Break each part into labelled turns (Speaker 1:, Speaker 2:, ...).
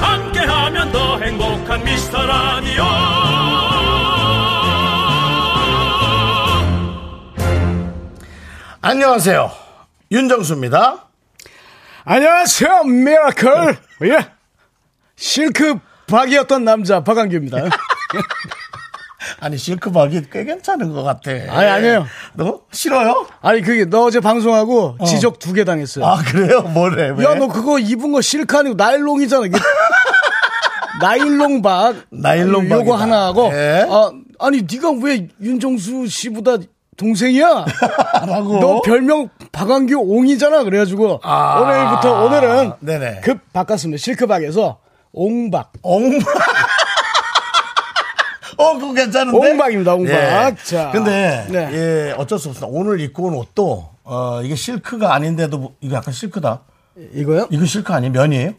Speaker 1: 함께하면 더 행복한 미스터라디오
Speaker 2: 안녕하세요. 윤정수입니다.
Speaker 3: 안녕하세요, 미라클. 예. 실크 박이었던 남자, 박한규입니다.
Speaker 2: 아니, 실크박이 꽤 괜찮은 것 같아.
Speaker 3: 아니, 아니에요.
Speaker 2: 너? 싫어요?
Speaker 3: 아니, 그게 너 어제 방송하고 지적 두 개 당했어요.
Speaker 2: 아, 그래요? 뭐래? 왜?
Speaker 3: 야, 너 그거 입은 거 실크 아니고 나일롱이잖아. 이게. 나일롱 박.
Speaker 2: 나일론 박이다.
Speaker 3: 요거 하나 하고.
Speaker 2: 예.
Speaker 3: 아, 아니, 네가왜 윤정수 씨보다 동생이야?
Speaker 2: 라고.
Speaker 3: 너 별명 박완규 옹이잖아. 그래가지고
Speaker 2: 아.
Speaker 3: 오늘부터 오늘은 그
Speaker 2: 네네.
Speaker 3: 급 바꿨습니다. 실크박에서 옹박.
Speaker 2: 옹박. 어, 그거 괜찮은데?
Speaker 3: 옹박입니다, 옹박.
Speaker 2: 예.
Speaker 3: 자.
Speaker 2: 근데,
Speaker 3: 네.
Speaker 2: 예, 어쩔 수 없습니다. 오늘 입고 온 옷도, 어, 이게 실크가 아닌데도, 뭐- 이거 약간 실크다.
Speaker 3: 이거요?
Speaker 2: 이거 실크 아니에요? 면이에요?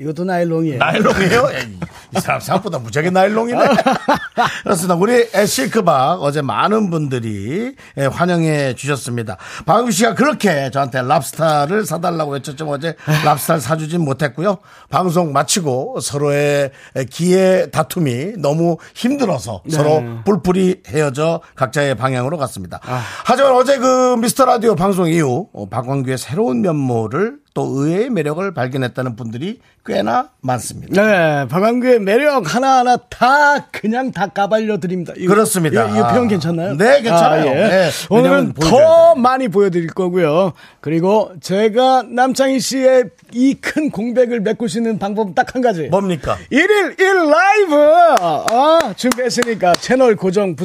Speaker 3: 이것도 나일롱이에요.
Speaker 2: 나일롱이에요? 에이, 예. 이 사람 생각보다 무지하게 나일롱이네. 그렇습니다. 우리 실크박 어제 많은 분들이 예, 환영해 주셨습니다. 박유 씨가 그렇게 저한테 랍스타를 사달라고 외쳤지만 어제 랍스타를 사주진 못했고요. 방송 마치고 서로의 기회 다툼이 너무 힘들어서 서로 뿔뿔이 헤어져 각자의 방향으로 갔습니다. 하지만 어제 그 미스터 라디오 방송 이후 어, 박광규의 새로운 면모를 또 의외의 매력을 발견했다는 분들이 꽤나 많습니다.
Speaker 3: 네, 박완규의 매력 하나하나 다 그냥 다 까발려 드립니다. 이거-
Speaker 2: 그렇습니다.
Speaker 3: 이, 이 표현 괜찮나요? 예.
Speaker 2: 네, 괜찮아요. 네, 왜냐면
Speaker 3: 오늘은
Speaker 2: 보여줘야
Speaker 3: 더 많이 보여드릴 거고요. 그리고 제가 남창희 씨의 이 큰 공백을 메꿀 수 있는 방법 은 딱 한 가지.
Speaker 2: 뭡니까?
Speaker 3: 1일 1 라이브 아, 준비했으니까 채널 고정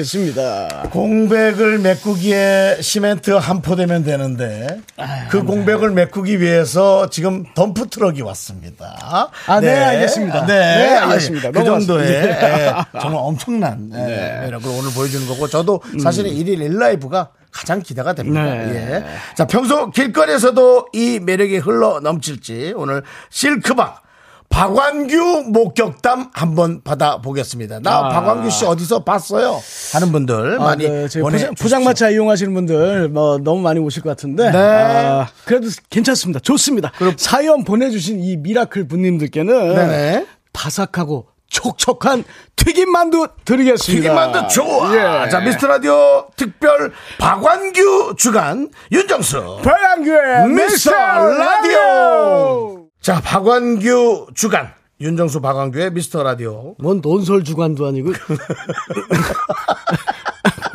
Speaker 3: 부탁드리겠습니다.
Speaker 2: 공백을 메꾸기에 시멘트 한 포 되면 되는데
Speaker 3: 네.
Speaker 2: 그 공백을 메꾸기 위해서 지금 덤프 트럭이 왔습니다.
Speaker 3: 아, 네, 알겠습니다.
Speaker 2: 네,
Speaker 3: 네, 알겠습니다.
Speaker 2: 아, 그
Speaker 3: 넘어가세요.
Speaker 2: 정도의
Speaker 3: 네.
Speaker 2: 예, 정말 엄청난 예, 매력을 오늘 보여주는 거고 저도 사실은 1일 1라이브가 가장 기대가 됩니다.
Speaker 3: 음. 네.
Speaker 2: 예. 자, 평소 길거리에서도 이 매력이 흘러 넘칠지 오늘 실크박 박완규 목격담 한번 받아보겠습니다. 나
Speaker 3: 아.
Speaker 2: 박완규 씨 어디서 봤어요? 하는 분들 많이
Speaker 3: 아, 그 저희
Speaker 2: 보내
Speaker 3: 포장, 포장마차 이용하시는 분들 뭐 너무 많이 오실 것 같은데
Speaker 2: 네.
Speaker 3: 아, 그래도 괜찮습니다 좋습니다
Speaker 2: 그럼-
Speaker 3: 사연 보내주신 이 미라클 분님들께는
Speaker 2: 네네.
Speaker 3: 바삭하고 촉촉한 튀김만두 드리겠습니다
Speaker 2: 튀김만두 좋아.
Speaker 3: 네. 예.
Speaker 2: 자 미스터 라디오 특별 박완규 주간 윤정수
Speaker 3: 박완규의
Speaker 2: 미스터
Speaker 3: 미스터
Speaker 2: 라디오.
Speaker 3: 라디오
Speaker 2: 자 박완규 주간 윤정수 박완규의 미스터 라디오
Speaker 3: 뭔 논설 주관도 아니고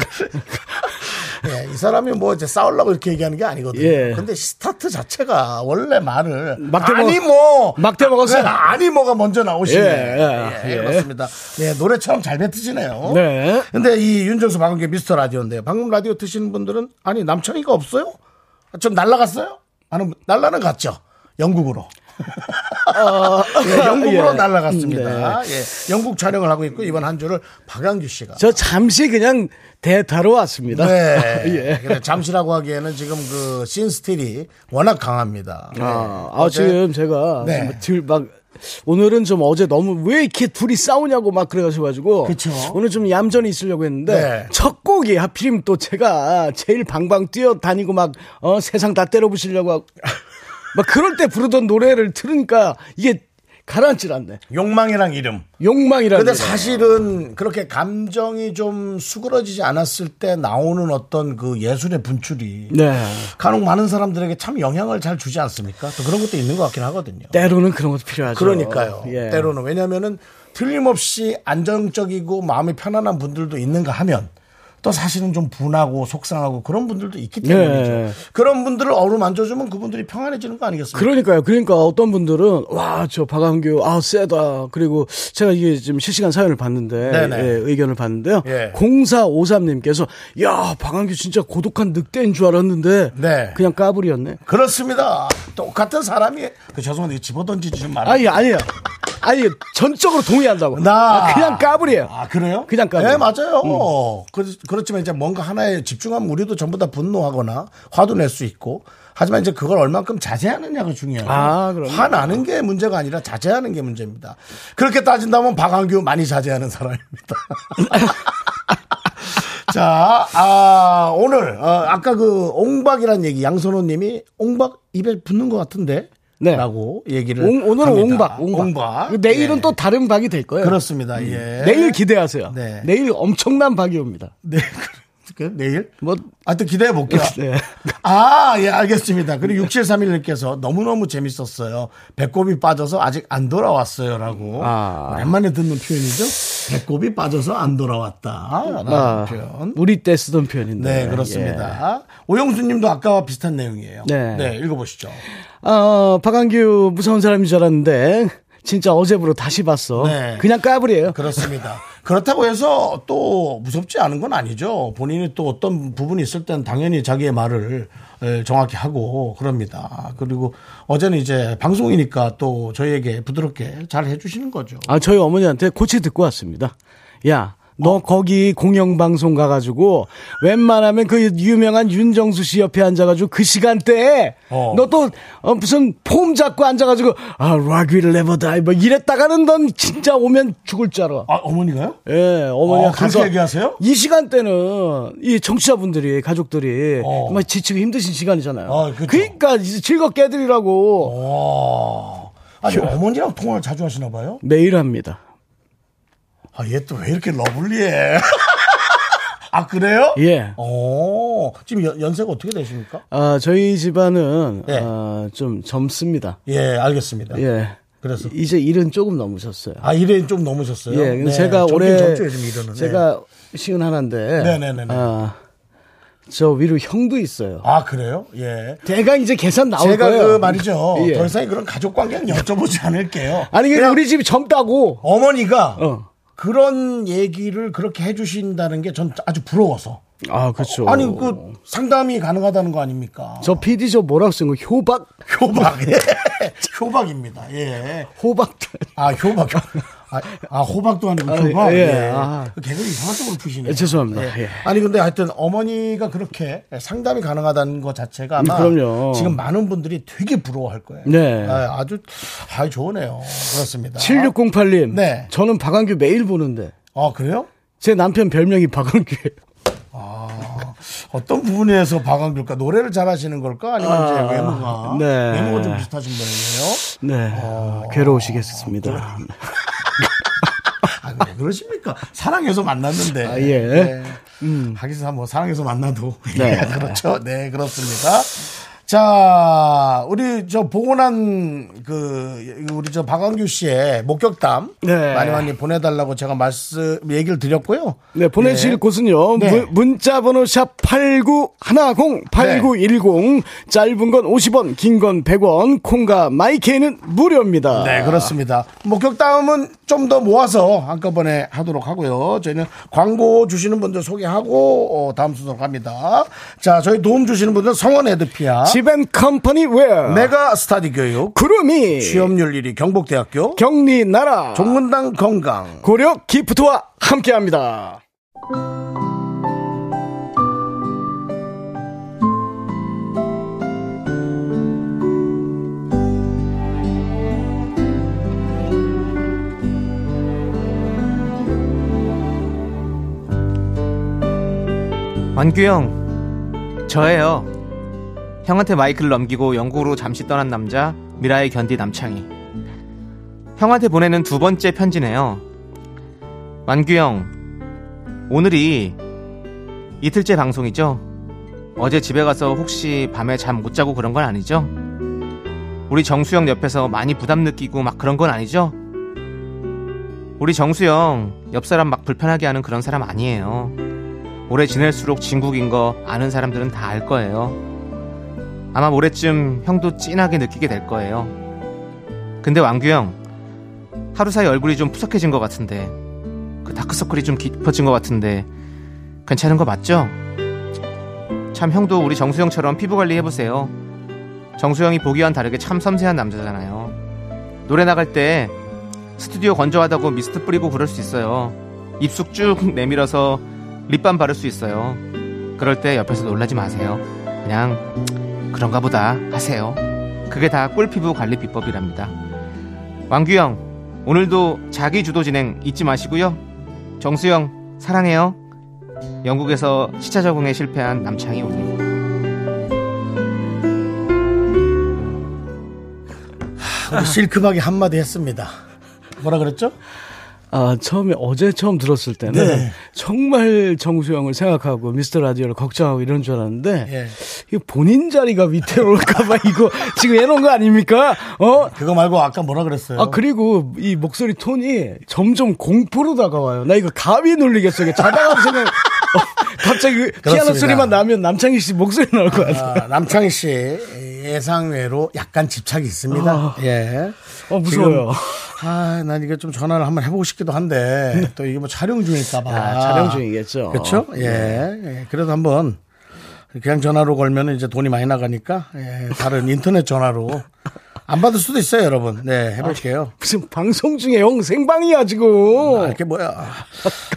Speaker 2: 예, 이 사람이 뭐 이제 싸우려고 이렇게 얘기하는 게 아니거든요.
Speaker 3: 예.
Speaker 2: 근데 스타트 자체가 원래 말을
Speaker 3: 막대
Speaker 2: 아니
Speaker 3: 먹-
Speaker 2: 뭐
Speaker 3: 막대 먹었어요.
Speaker 2: 네, 아니 뭐가 먼저 나오시네.
Speaker 3: 예,
Speaker 2: 예,
Speaker 3: 예.
Speaker 2: 그렇습니다. 예, 노래처럼 잘 뱉으시네요.
Speaker 3: 네.
Speaker 2: 근데 이 윤정수 방금 미스터 라디오인데요. 방금 라디오 드시는 분들은 아니 남창이가 없어요? 아, 좀 날라갔어요? 하는 분- 날라는 갔죠. 영국으로. 예, 영국으로
Speaker 3: 예. 네.
Speaker 2: 날라갔습니다. 예, 영국 촬영을 하고 있고 이번 한 주를 박양규 씨가
Speaker 3: 저 잠시 그냥 대타로 왔습니다
Speaker 2: 네.
Speaker 3: 예.
Speaker 2: 근데 잠시라고 하기에는 지금 그 씬스틸이 워낙 강합니다. 네.
Speaker 3: 아, 아,
Speaker 2: 어제-
Speaker 3: 지금 제가
Speaker 2: 네.
Speaker 3: 뭐 들- 막 오늘은 좀 어제 너무 왜 이렇게 둘이 싸우냐고 막 그러셔가지고
Speaker 2: 그쵸.
Speaker 3: 오늘 좀 얌전히 있으려고 했는데
Speaker 2: 네.
Speaker 3: 첫 곡이 하필이면 또 제가 제일 방방 뛰어다니고 막 어, 세상 다 때려부시려고 하고 막 그럴 때 부르던 노래를 들으니까 이게 가라앉질 않네
Speaker 2: 욕망이랑 이름. 네.
Speaker 3: 욕망이라는
Speaker 2: 근데
Speaker 3: 게.
Speaker 2: 사실은 그렇게 감정이 좀 수그러지지 않았을 때 나오는 어떤 그 예술의 분출이
Speaker 3: 네.
Speaker 2: 간혹 많은 사람들에게 참 영향을 잘 주지 않습니까? 또 그런 것도 있는 것 같긴 하거든요.
Speaker 3: 때로는 그런 것도 필요하죠
Speaker 2: 그러니까요.
Speaker 3: 예.
Speaker 2: 때로는 왜냐면은 틀림없이 안정적이고 마음이 편안한 분들도 있는가 하면 또 사실은 좀 분하고 속상하고 그런 분들도 있기 때문이죠.
Speaker 3: 예.
Speaker 2: 그런 분들을 어루만져주면 그분들이 평안해지는 거 아니겠습니까?
Speaker 3: 그러니까요. 그러니까 어떤 분들은 와 저 박한규 아 세다. 그리고 제가 이게 지금 실시간 사연을 봤는데
Speaker 2: 네네.
Speaker 3: 예, 의견을 봤는데요.
Speaker 2: 예.
Speaker 3: 0453님께서 야 박한규 진짜 고독한 늑대인 줄 알았는데
Speaker 2: 네.
Speaker 3: 그냥 까불이었네.
Speaker 2: 그렇습니다. 똑같은 사람이 그 죄송한데 집어던지지 좀 말아.
Speaker 3: 아니 아니요. 아니 전적으로 동의한다고.
Speaker 2: 나.
Speaker 3: 아, 그냥 까불이에요. 음.
Speaker 2: 아, 그래요?
Speaker 3: 그냥 까불.
Speaker 2: 네, 맞아요. 그, 렇지만 이제 뭔가 하나에 집중하면 우리도 전부 다 분노하거나 화도 낼 수 있고. 하지만 이제 그걸 얼만큼 자제하느냐가 중요해요.
Speaker 3: 아, 그럼요.
Speaker 2: 화나는 게 문제가 아니라 자제하는 게 문제입니다. 그렇게 따진다면 박한규 많이 자제하는 사람입니다. 자, 아, 오늘, 어, 아까 그 옹박이란 얘기, 양선호 님이 옹박 입에 붙는 것 같은데?
Speaker 3: 네.
Speaker 2: 라고 얘기를.
Speaker 3: 옹- 오늘은
Speaker 2: 합니다.
Speaker 3: 옹박, 옹박.
Speaker 2: 예.
Speaker 3: 내일은 또 다른 박이 될 거예요.
Speaker 2: 그렇습니다. 예.
Speaker 3: 내일 기대하세요.
Speaker 2: 네.
Speaker 3: 내일 엄청난 박이 옵니다.
Speaker 2: 네. 그, 내일?
Speaker 3: 뭐
Speaker 2: 하여튼 기대해 볼게요.
Speaker 3: 네.
Speaker 2: 아, 예, 알겠습니다. 그리고 6731님께서 너무너무 재밌었어요. 배꼽이 빠져서 아직 안 돌아왔어요. 라고.
Speaker 3: 아.
Speaker 2: 오랜만에 듣는 표현이죠. 배꼽이 빠져서 안 돌아왔다. 라는
Speaker 3: 아,
Speaker 2: 표현.
Speaker 3: 우리 때 쓰던 표현인데. 예.
Speaker 2: 네, 그렇습니다. 오영수 님도 아까와 비슷한 내용이에요.
Speaker 3: 네.
Speaker 2: 읽어보시죠.
Speaker 3: 예. 어, 박한규 무서운 사람인 줄 알았는데 진짜 어제부로 다시 봤어.
Speaker 2: 네.
Speaker 3: 그냥 까불이에요.
Speaker 2: 그렇습니다. 그렇다고 해서 또 무섭지 않은 건 아니죠. 본인이 또 어떤 부분이 있을 땐 당연히 자기의 말을 에, 정확히 하고 그럽니다. 그리고 어제는 이제 방송이니까 또 저희에게 부드럽게 잘 해주시는 거죠.
Speaker 3: 아, 저희 어머니한테 고치 듣고 왔습니다. 야, 너 거기 공영방송 가가지고 웬만하면 그 유명한 윤정수 씨 옆에 앉아가지고 그 시간대에
Speaker 2: 어.
Speaker 3: 너 또 무슨 폼 잡고 앉아가지고 아, 락위를 레버다이 뭐 이랬다가는 넌 진짜 오면 죽을 줄 알아.
Speaker 2: 아, 어머니가요?
Speaker 3: 예, 어머니가
Speaker 2: 어, 그렇게
Speaker 3: 가서
Speaker 2: 얘기하세요?
Speaker 3: 이 시간대는 이 청취자분들이 가족들이
Speaker 2: 어.
Speaker 3: 정말 지치고 힘드신 시간이잖아요.
Speaker 2: 아, 어. 그쵸.
Speaker 3: 그러니까 이제 즐겁게 해드리라고
Speaker 2: 와. 어. 아니, 어머니랑 통화를 자주 하시나 봐요?
Speaker 3: 매일 합니다.
Speaker 2: 아, 얘 또 왜 이렇게 러블리해? 아, 그래요?
Speaker 3: 예.
Speaker 2: 어, 지금 연, 연세가 어떻게 되십니까?
Speaker 3: 아, 저희 집안은
Speaker 2: 예.
Speaker 3: 아, 좀 젊습니다.
Speaker 2: 예, 알겠습니다.
Speaker 3: 예.
Speaker 2: 그래서.
Speaker 3: 이제 일은 조금 넘으셨어요.
Speaker 2: 아, 일에 좀 넘으셨어요?
Speaker 3: 예. 근데
Speaker 2: 네,
Speaker 3: 제가
Speaker 2: 점점
Speaker 3: 올해
Speaker 2: 젊죠, 요즘 일은. 네.
Speaker 3: 제가 시은 하나인데
Speaker 2: 네네네네.
Speaker 3: 아, 저 위로 형도 있어요.
Speaker 2: 아 그래요? 예.
Speaker 3: 대강 이제 계산 나올
Speaker 2: 제가
Speaker 3: 거예요.
Speaker 2: 그 말이죠.
Speaker 3: 예.
Speaker 2: 더 이상 그런 가족 관계는 여쭤보지 않을게요.
Speaker 3: 아니 그냥 우리 집이 젊다고.
Speaker 2: 어머니가
Speaker 3: 어.
Speaker 2: 그런 얘기를 그렇게 해주신다는 게 전 아주 부러워서.
Speaker 3: 아, 그렇죠.
Speaker 2: 아니 그 상담이 가능하다는 거 아닙니까?
Speaker 3: 저 PD 저 뭐라고 쓴 거? 효박
Speaker 2: 효박, 예. 효박입니다. 예.
Speaker 3: 호박
Speaker 2: 아 효박. 아, 아, 호박도 아니고
Speaker 3: 아,
Speaker 2: 효박.
Speaker 3: 예.
Speaker 2: 예.
Speaker 3: 아.
Speaker 2: 개그 이상한 쪽으로 푸시네요.
Speaker 3: 예, 죄송합니다. 예.
Speaker 2: 아니 근데 하여튼 어머니가 그렇게 상담이 가능하다는 것 자체가 아마
Speaker 3: 음, 그럼요.
Speaker 2: 지금 많은 분들이 되게 부러워할 거예요.
Speaker 3: 네.
Speaker 2: 아, 아주 아 좋으네요. 그렇습니다.
Speaker 3: 7608님.
Speaker 2: 네.
Speaker 3: 저는 박한규 매일 보는데
Speaker 2: 아 그래요?
Speaker 3: 제 남편 별명이 박한규예요.
Speaker 2: 어떤 부분에서 박완규일까? 노래를 잘하시는 걸까? 아니면
Speaker 3: 아,
Speaker 2: 이제 외모가
Speaker 3: 네.
Speaker 2: 외모가 좀 비슷하신 분이에요.
Speaker 3: 네. 괴로우시겠습니다.
Speaker 2: 아, 왜 그러십니까? 사랑해서 만났는데.
Speaker 3: 아, 예. 음.
Speaker 2: 네. 하기사 뭐 사랑해서 만나도. 네. 그렇죠. 네, 그렇습니다. 자, 우리 저 보고난 그 우리 저 박완규 씨의 목격담
Speaker 3: 네.
Speaker 2: 많이 많이 보내달라고 제가 말씀 얘기를 드렸고요.
Speaker 3: 네, 보내실
Speaker 2: 네.
Speaker 3: 곳은요.
Speaker 2: 네.
Speaker 3: 문- 문자 번호 샵 8910, 8910. 짧은 건 50원, 긴 건 100원, 콩과 마이케이는 무료입니다.
Speaker 2: 네, 그렇습니다. 목격담은 좀 더 모아서 한꺼번에 하도록 하고요. 저희는 광고 주시는 분들 소개하고 어, 다음 순서로 갑니다. 자, 저희 도움 주시는 분들 성원 에드피아,
Speaker 3: 지벤 컴퍼니 웨어.
Speaker 2: 메가 스타디 교육,
Speaker 3: 구름이.
Speaker 2: 네. 취업률 1위 경북대학교,
Speaker 3: 예. 경리 나라.
Speaker 2: 종근당 건강,
Speaker 3: 고려 기프트와 함께 합니다.
Speaker 4: 완규 형 저예요 형한테 마이크를 넘기고 영국으로 잠시 떠난 남자 미라의 견디 남창희 형한테 보내는 두 번째 편지네요 완규 형 오늘이 이틀째 방송이죠 어제 집에 가서 혹시 밤에 잠 못 자고 그런 건 아니죠 우리 정수형 옆에서 많이 부담 느끼고 막 그런 건 아니죠 우리 정수형 옆 사람 막 불편하게 하는 그런 사람 아니에요 오래 지낼수록 진국인 거 아는 사람들은 다 알 거예요. 아마 올해쯤 형도 진하게 느끼게 될 거예요. 근데 왕규 형, 하루 사이 얼굴이 좀 푸석해진 것 같은데, 그 다크서클이 좀 깊어진 것 같은데, 괜찮은 거 맞죠? 참 형도 우리 정수형처럼 피부 관리 해보세요. 정수형이 보기와는 다르게 참 섬세한 남자잖아요. 노래 나갈 때 스튜디오 건조하다고 미스트 뿌리고 그럴 수 있어요. 입술 쭉 내밀어서 립밤 바를 수 있어요. 그럴 때 옆에서 놀라지 마세요. 그냥 그런가 보다 하세요. 그게 다 꿀피부 관리 비법이랍니다. 왕규형, 오늘도 자기 주도 진행 잊지 마시고요. 정수영, 사랑해요. 영국에서 시차 적응에 실패한 남창희 오늘.
Speaker 2: 우리 실크박이 한마디 했습니다. 뭐라 그랬죠?
Speaker 3: 아, 처음에 어제 처음 들었을 때는
Speaker 2: 네.
Speaker 3: 정말 정수영을 생각하고 미스터 라디오를 걱정하고 이런 줄 알았는데
Speaker 2: 예.
Speaker 3: 이 본인 자리가 밑에 올까봐 이거 지금 해놓은 거 아닙니까? 어?
Speaker 2: 그거 말고 아까 뭐라 그랬어요?
Speaker 3: 아 그리고 이 목소리 톤이 점점 공포로 다가와요. 나 이거 감히 놀리겠어. 이게 자다가 생각 어, 갑자기 그
Speaker 2: 그렇습니다.
Speaker 3: 피아노 소리만 나면 남창희 씨 목소리 나올 것 같아.
Speaker 2: 아, 남창희 씨 예상외로 약간 집착이 있습니다.
Speaker 3: 아.
Speaker 2: 예.
Speaker 3: 어 무서워요.
Speaker 2: 지금, 아, 난 이거 좀 전화를 한번 해보고 싶기도 한데 또 이게 뭐 촬영 중일까봐.
Speaker 3: 아, 네. 촬영 중이겠죠. 어, 네.
Speaker 2: 그렇죠? 예. 예. 그래도 한번 그냥 전화로 걸면 이제 돈이 많이 나가니까 예, 다른 인터넷 전화로 안 받을 수도 있어요, 여러분. 네, 해볼게요.
Speaker 3: 무슨 방송 중에 형 생방이야 지금.
Speaker 2: 아, 이게 뭐야?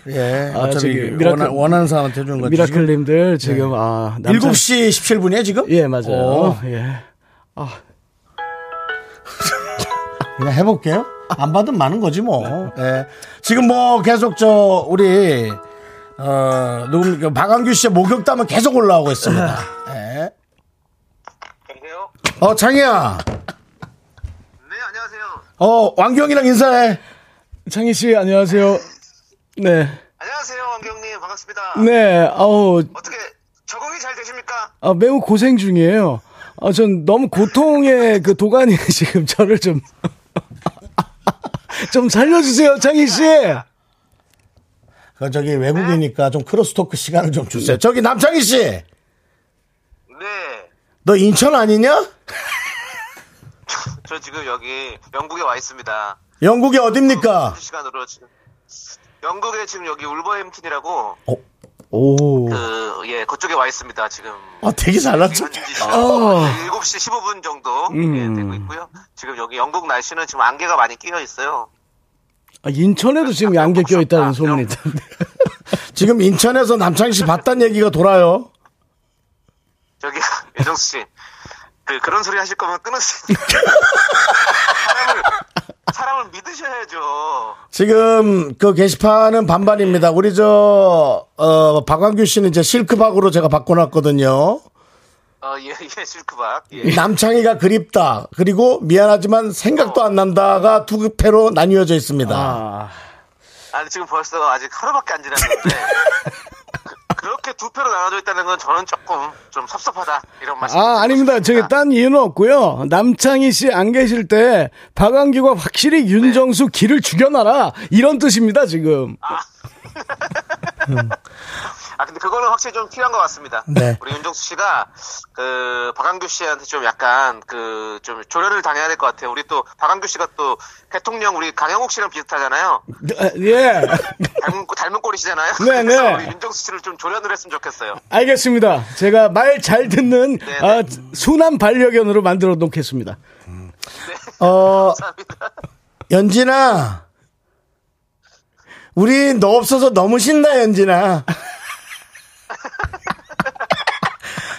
Speaker 2: 예,
Speaker 3: 아,
Speaker 2: 어차피
Speaker 3: 저기
Speaker 2: 원하,
Speaker 3: 미라클-
Speaker 2: 원하는 사람한테 주는 거죠. 네.
Speaker 3: 미라클님들 지금 아 남창
Speaker 2: 7시 어. 17분이에요, 지금?
Speaker 3: 예 맞아요.
Speaker 2: 오,
Speaker 3: 예.
Speaker 2: 그냥 해볼게요. 안 받으면 많은 거지 뭐. 예. 지금 뭐 계속 저 우리 어 누구 그 박한규 씨의 목욕담은 계속 올라오고 있습니다. 예.
Speaker 5: 여보세요?
Speaker 2: 어 창희야,
Speaker 5: 네, 안녕하세요.
Speaker 2: 어 왕경이랑 인사해.
Speaker 3: 창희 씨 안녕하세요. 네.
Speaker 5: 안녕하세요, 왕경님. 반갑습니다.
Speaker 3: 네. 아우
Speaker 5: 어떻게 적응이 잘 되십니까?
Speaker 3: 아, 매우 고생 중이에요. 아, 전 너무 고통의 그 도가니 지금 저를 좀. 좀 살려주세요, 창희 씨! 아,
Speaker 2: 그 저기 외국이니까 좀 크로스토크 시간을 좀 주세요. 네, 저기 남창희 씨,
Speaker 5: 네.
Speaker 2: 너 인천 아니냐?
Speaker 5: 저 지금 여기 영국에 와 있습니다.
Speaker 2: 영국이 어딥니까?
Speaker 5: 그 시간으로 지금 영국에 지금 여기 울버햄튼이라고
Speaker 3: 오.
Speaker 5: 그, 예, 그쪽에 와 있습니다. 지금
Speaker 2: 어 되게 잘났죠.
Speaker 5: 현지 시간 어. 7시 15분 정도 예, 되고 있고요. 지금 여기 영국 날씨는 지금 안개가 많이 끼어 있어요.
Speaker 3: 아, 인천에도 지금 양계 껴있다는 소문이 있던데.
Speaker 2: 지금 인천에서 남창희 씨 봤단 얘기가 돌아요.
Speaker 5: 저기 유정수 씨, 그 그런 소리 하실 거면 끊으세요. 사람을 사람을 믿으셔야죠.
Speaker 2: 지금 그 게시판은 반반입니다. 우리 저, 어, 박완규 씨는 이제 실크박으로 제가 바꿔놨거든요.
Speaker 5: 어, 예, 예, 실크박. 예.
Speaker 2: 남창희가 그립다. 그리고 미안하지만 생각도 안 난다가 두 패로 나뉘어져 있습니다.
Speaker 5: 아니, 지금 벌써 아직 하루밖에 안 지났는데. 그- 그렇게 두 표로 나눠져 있다는 건 저는 조금 좀 섭섭하다. 이런 말씀.
Speaker 3: 아, 아닙니다. 저기
Speaker 5: 딱
Speaker 3: 딴 이유는 없고요. 남창희 씨 안 계실 때, 박완규가 확실히 윤정수 길을 죽여놔라. 이런 뜻입니다, 지금.
Speaker 5: 아, 근데 그거는 확실히 좀 필요한 것 같습니다.
Speaker 2: 네.
Speaker 5: 우리 윤정수 씨가, 그, 박한규 씨한테 좀 약간, 그, 좀 조련을 당해야 될 것 같아요. 우리 또, 박한규 씨가 또, 대통령 우리 강영욱 씨랑 비슷하잖아요.
Speaker 3: 아, 예.
Speaker 5: 닮은, 닮은 꼴이시잖아요.
Speaker 3: 네, 네.
Speaker 5: 그래서 우리 윤정수 씨를 좀 조련을 했으면 좋겠어요.
Speaker 3: 알겠습니다. 제가 말 잘 듣는,
Speaker 2: 네,
Speaker 3: 아, 순한 반려견으로 만들어 놓겠습니다.
Speaker 2: 어,
Speaker 5: 감사합니다.
Speaker 2: 연진아. 우리 너 없어서 너무 신나, 연진아.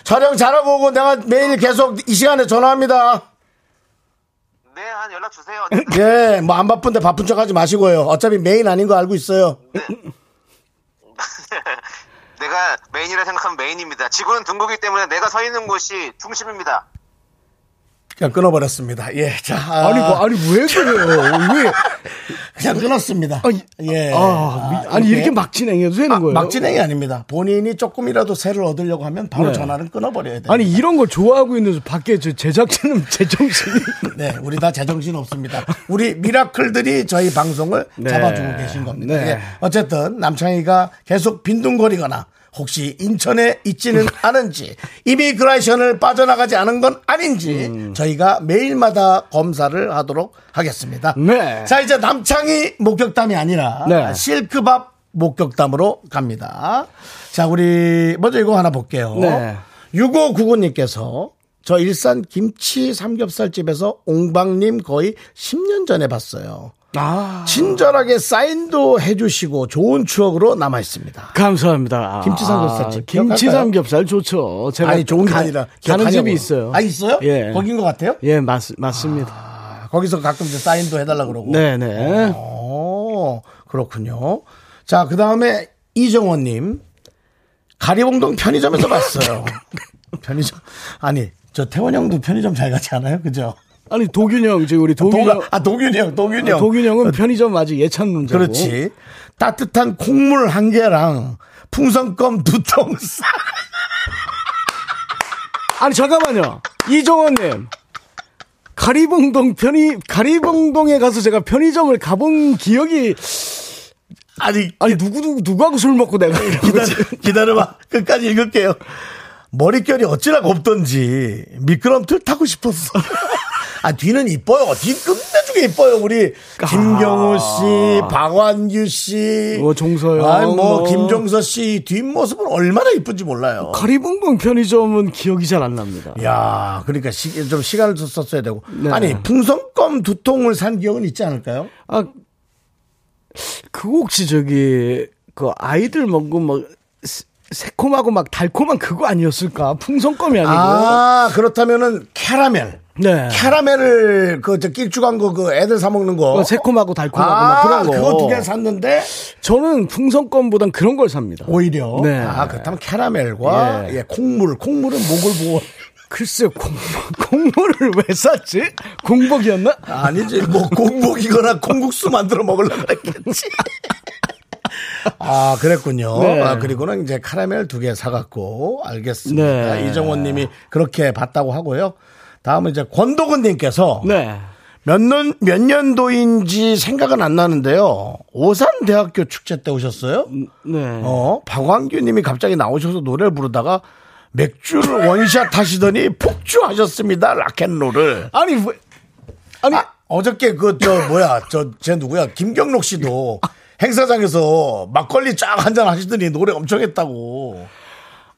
Speaker 2: 촬영 잘하고 오고 내가 매일 계속 이 시간에 전화합니다.
Speaker 5: 네, 한 연락 주세요. 언제든.
Speaker 2: 예, 뭐 안 바쁜데 바쁜 척 하지 마시고요. 어차피 메인 아닌 거 알고 있어요.
Speaker 5: 내가 메인이라 생각하면 메인입니다. 지구는 둥글기 때문에 내가 서 있는 곳이 중심입니다.
Speaker 2: 그냥 끊어버렸습니다. 예, 자. 아,
Speaker 3: 아니, 뭐, 아니, 왜 그래요? 왜?
Speaker 2: 그냥 끊었습니다.
Speaker 3: 아, 이-
Speaker 2: 예.
Speaker 3: 아, 미- 아니 이렇게 막 진행해도 되는
Speaker 2: 아,
Speaker 3: 거예요?
Speaker 2: 막 진행이 아닙니다. 본인이 조금이라도 새를 얻으려고 하면 바로
Speaker 3: 네.
Speaker 2: 전화를 끊어버려야 돼요.
Speaker 3: 아니 이런 거 좋아하고 있는 밖에 저 제작진은 제정신이
Speaker 2: 네, 우리 다 제정신 없습니다. 우리 미라클들이 저희 방송을
Speaker 3: 네.
Speaker 2: 잡아주고 계신 겁니다.
Speaker 3: 네.
Speaker 2: 예. 어쨌든 남창희가 계속 빈둥거리거나 혹시 인천에 있지는 않은지 이미그라이션을 빠져나가지 않은 건 아닌지
Speaker 3: 음.
Speaker 2: 저희가 매일마다 검사를 하도록 하겠습니다.
Speaker 3: 네.
Speaker 2: 자 이제 남창희 목격담이 아니라
Speaker 3: 네.
Speaker 2: 실크밥 목격담으로 갑니다. 자 우리 먼저 이거 하나 볼게요.
Speaker 3: 네.
Speaker 2: 6599님께서 어? 저 일산 김치 삼겹살집에서 옹방님 거의 10년 전에 봤어요. 아. 친절하게 사인도 해주시고 좋은 추억으로 남아 있습니다.
Speaker 3: 감사합니다. 아,
Speaker 2: 김치 삼겹살 집
Speaker 3: 김치
Speaker 2: 기억할까요?
Speaker 3: 삼겹살 좋죠. 제가
Speaker 2: 아니 좋은 게
Speaker 3: 가-
Speaker 2: 아니라
Speaker 3: 가는
Speaker 2: 기억하냐고요.
Speaker 3: 집이 있어요.
Speaker 2: 아 있어요?
Speaker 3: 예.
Speaker 2: 거긴 것 같아요?
Speaker 3: 예, 맞, 맞습니다.
Speaker 2: 아, 거기서 가끔 이제 사인도 해달라 그러고.
Speaker 3: 네네.
Speaker 2: 어, 그렇군요. 자, 그 다음에 이정원님. 가리봉동 편의점에서 봤어요. 편의점. 아니, 저 태원 형도 편의점 잘 가지 않아요? 그죠?
Speaker 3: 아니 도균 형 지금 우리 도균
Speaker 2: 도가,
Speaker 3: 형
Speaker 2: 아, 도균이 형, 도균이 형.
Speaker 3: 도균 형은 편의점 아직 예찬론자고.
Speaker 2: 그렇지. 따뜻한 콩물 한 개랑 풍선껌 두 통 싸.
Speaker 3: 아니 잠깐만요. 이정원님. 가리봉동 편의 가리봉동에 가서 제가 편의점을 가본 기억이
Speaker 2: 아니,
Speaker 3: 아니 누구 누구 누구하고 술 먹고 내가 이러고
Speaker 2: 기다려,
Speaker 3: 지금.
Speaker 2: 기다려봐. 끝까지 읽을게요. 머릿결이 어찌나 곱던지 미끄럼틀 타고 싶었어. 아, 뒤는 이뻐요. 뒤 끝내주게 이뻐요. 우리
Speaker 3: 아.
Speaker 2: 김경호 씨, 박완규 씨.
Speaker 3: 뭐 종서영,
Speaker 2: 아니, 뭐,
Speaker 3: 뭐.
Speaker 2: 김종서 씨 뒷모습은 얼마나 이쁜지 몰라요.
Speaker 3: 가리봉동 편의점은 기억이 잘 안 납니다.
Speaker 2: 야, 그러니까 시, 좀 시간을 더 썼어야 되고.
Speaker 3: 네.
Speaker 2: 아니, 풍선껌 두 통을 산 기억은 있지 않을까요?
Speaker 3: 아, 그 혹시 저기 그 아이들 먹고 뭐 새- 새콤하고 막 달콤한 그거 아니었을까? 풍선껌이 아니고.
Speaker 2: 아, 그렇다면은 캐러멜.
Speaker 3: 네.
Speaker 2: 캐러멜을 그저 길쭉한 거 그 애들 사 먹는 거.
Speaker 3: 어, 새콤하고 달콤하고
Speaker 2: 아,
Speaker 3: 막 그런 거.
Speaker 2: 그거 두 개 샀는데
Speaker 3: 저는 풍선껌보단 그런 걸 삽니다.
Speaker 2: 오히려
Speaker 3: 네.
Speaker 2: 아 그렇다면 캐러멜과
Speaker 3: 예.
Speaker 2: 예, 콩물 콩물은 목을 보호
Speaker 3: 글쎄 공, 공모를 왜 샀지? 공복이었나?
Speaker 2: 아니지 뭐 공복이거나 콩국수 만들어 먹으려고 그랬겠지 아 그랬군요
Speaker 3: 네.
Speaker 2: 아, 그리고는 이제 카라멜 두 개 사갖고 알겠습니다
Speaker 3: 네.
Speaker 2: 이정원님이 그렇게 봤다고 하고요 다음은 이제 권도근님께서
Speaker 3: 네.
Speaker 2: 몇 년 몇 년도인지 생각은 안 나는데요 오산 대학교 축제 때 오셨어요?
Speaker 3: 네.
Speaker 2: 어, 박광규 님이 갑자기 나오셔서 노래를 부르다가 맥주를 원샷 하시더니 폭주하셨습니다. 락앤롤을.
Speaker 3: 아니 왜 아니
Speaker 2: 아, 어저께 그 저 뭐야? 저 제 누구야? 김경록 씨도 행사장에서 막걸리 쫙 한 잔 하시더니 노래 엄청 했다고.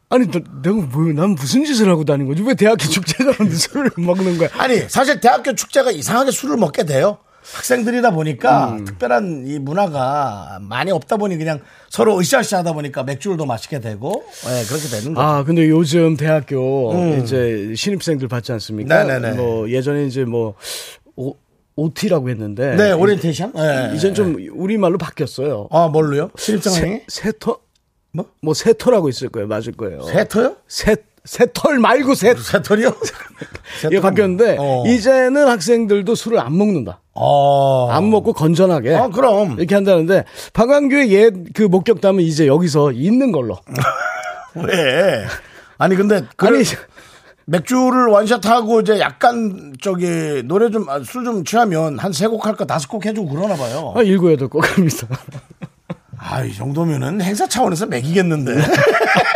Speaker 3: 아니 나, 내가 뭐난 무슨 짓을 하고 다닌 거지? 왜 대학교 축제가 오는데 술을 먹는 거야?
Speaker 2: 아니, 사실 대학교 축제가 이상하게 술을 먹게 돼요. 학생들이다 보니까 특별한 이 문화가 많이 없다 보니 그냥 서로 으쌰으쌰 하다 보니까 맥주를 더 마시게 되고 예, 그렇게 되는 거죠.
Speaker 3: 아, 근데 요즘 대학교 이제 신입생들 받지 않습니까?
Speaker 2: 음. 네네네.
Speaker 3: 뭐 예전에 이제 뭐 오, OT라고 했는데
Speaker 2: 네, 오리엔테이션? 예,
Speaker 3: 이젠
Speaker 2: 예.
Speaker 3: 좀 우리말로 바뀌었어요.
Speaker 2: 아, 뭘로요? 신입생
Speaker 3: 세,
Speaker 2: 학생이?
Speaker 3: 세터
Speaker 2: 뭐?
Speaker 3: 뭐 세터라고 있을 거예요. 맞을 거예요.
Speaker 2: 세터요?
Speaker 3: 세 세털 말고 세
Speaker 2: 세터리요?
Speaker 3: 이게 바뀌었는데
Speaker 2: 어.
Speaker 3: 이제는 학생들도 술을 안 먹는다.
Speaker 2: 어.
Speaker 3: 안 먹고 건전하게
Speaker 2: 어, 그럼.
Speaker 3: 이렇게 한다는데 방광규의 옛 그 목격담은 이제 여기서 있는 걸로.
Speaker 2: 왜? 아니, 근데. 그
Speaker 3: 아니
Speaker 2: 맥주를 원샷하고 이제 약간 저기 노래 좀, 아, 술 좀 취하면 한 세 곡 할 거 다섯 곡 해주고 그러나 봐요.
Speaker 3: 아, 일곱 여덟 곡 합니다.
Speaker 2: 아, 이 정도면은 행사 차원에서 먹이겠는데.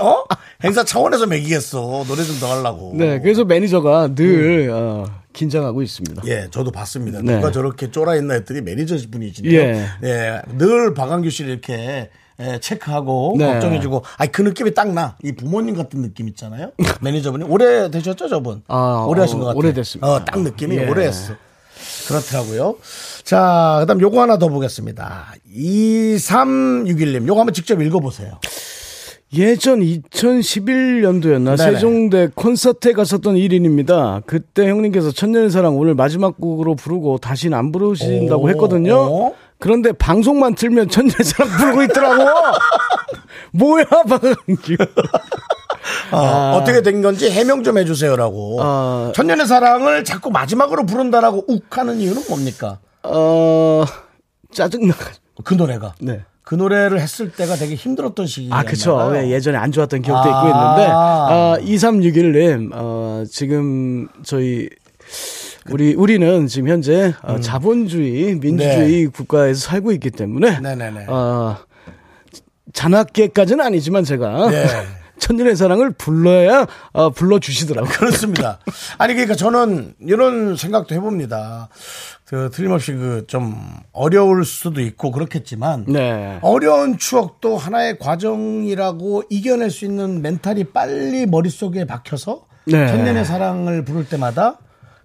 Speaker 2: 어? 행사 차원에서 먹이겠어. 노래 좀 더 하려고.
Speaker 3: 네, 그래서 매니저가 늘 어, 긴장하고 있습니다.
Speaker 2: 예, 저도 봤습니다.
Speaker 3: 네.
Speaker 2: 누가 저렇게 쫄아 있나 했더니 매니저 분이신데요.
Speaker 3: 예.
Speaker 2: 예. 늘 박완규 씨를 이렇게 예, 체크하고
Speaker 3: 네.
Speaker 2: 걱정해주고, 아니 그 느낌이 딱 나. 이 부모님 같은 느낌 있잖아요. 매니저분이 오래 되셨죠, 저분?
Speaker 3: 아,
Speaker 2: 오래하신 것
Speaker 3: 어,
Speaker 2: 같아요.
Speaker 3: 오래됐습니다.
Speaker 2: 어, 딱 느낌이
Speaker 3: 예.
Speaker 2: 오래했어. 그렇더라고요. 자, 그다음 요거 하나 더 보겠습니다. 2361님, 요거 한번 직접 읽어보세요.
Speaker 3: 예전
Speaker 2: 네네.
Speaker 3: 2011년도였나 세종대 콘서트에 갔었던 일인입니다. 그때 형님께서 천년의 사랑 오늘 마지막 곡으로 부르고 다시는 안 부르신다고
Speaker 2: 오,
Speaker 3: 했거든요.
Speaker 2: 오.
Speaker 3: 그런데 방송만 틀면 천년의 사랑 부르고 있더라고. 뭐야 박광규.
Speaker 2: 어, 떻게된 건지 해명 좀 해주세요라고.
Speaker 3: 아.
Speaker 2: 천년의 사랑을 자꾸 마지막으로 부른다라고 욱하는 이유는 뭡니까?
Speaker 3: 어 짜증나.
Speaker 2: 그 노래가.
Speaker 3: 네.
Speaker 2: 그 노래를 했을 때가 되게 힘들었던 시기였나요?
Speaker 3: 아, 그쵸. 예, 예전에 안 좋았던 기억도 있고 있는데,
Speaker 2: 아.
Speaker 3: 아, 2361님, 어, 지금 저희, 우리, 우리는 지금 현재 어, 자본주의, 민주주의 국가에서 살고 있기 때문에,
Speaker 2: 네네네.
Speaker 3: 어, 잔악계까지는 아니지만 제가,
Speaker 2: 네.
Speaker 3: 천년의 사랑을 불러야, 어, 불러주시더라고요.
Speaker 2: 그렇습니다. 아니 그러니까 저는 이런 생각도 해봅니다. 그 틀림없이 그 좀 어려울 수도 있고 그렇겠지만
Speaker 3: 네.
Speaker 2: 어려운 추억도 하나의 과정이라고 이겨낼 수 있는 멘탈이 빨리 머릿속에 박혀서
Speaker 3: 네.
Speaker 2: 천년의 사랑을 부를 때마다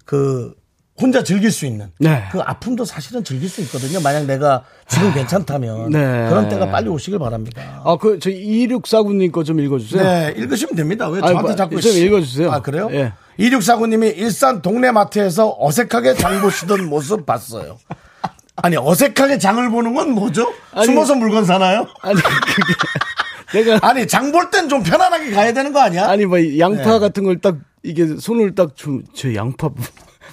Speaker 2: 그 혼자 즐길 수 있는
Speaker 3: 네. 아.
Speaker 2: 그 아픔도 사실은 즐길 수 있거든요. 만약 내가 지금 괜찮다면
Speaker 3: 네.
Speaker 2: 그런 때가 빨리 오시길 바랍니다.
Speaker 3: 아, 그, 저 2649님 거 좀 읽어주세요.
Speaker 2: 네, 읽으시면 됩니다. 왜 저한테
Speaker 3: 뭐,
Speaker 2: 자꾸
Speaker 3: 좀
Speaker 2: 씨-
Speaker 3: 읽어주세요.
Speaker 2: 아 그래요?
Speaker 3: 예.
Speaker 2: 2649님이 일산 동네 마트에서 어색하게 장 보시던 모습 봤어요. 아니 어색하게 장을 보는 건 뭐죠?
Speaker 3: 아니-
Speaker 2: 숨어서 물건 사나요?
Speaker 3: 아니, 그게. 내가,
Speaker 2: 아니 장 볼 땐 좀 편안하게 가야 되는 거 아니야?
Speaker 3: 아니, 뭐, 양파
Speaker 2: 네.
Speaker 3: 같은 걸 딱, 이게 손을 딱 좀, 저 양파. 뭐,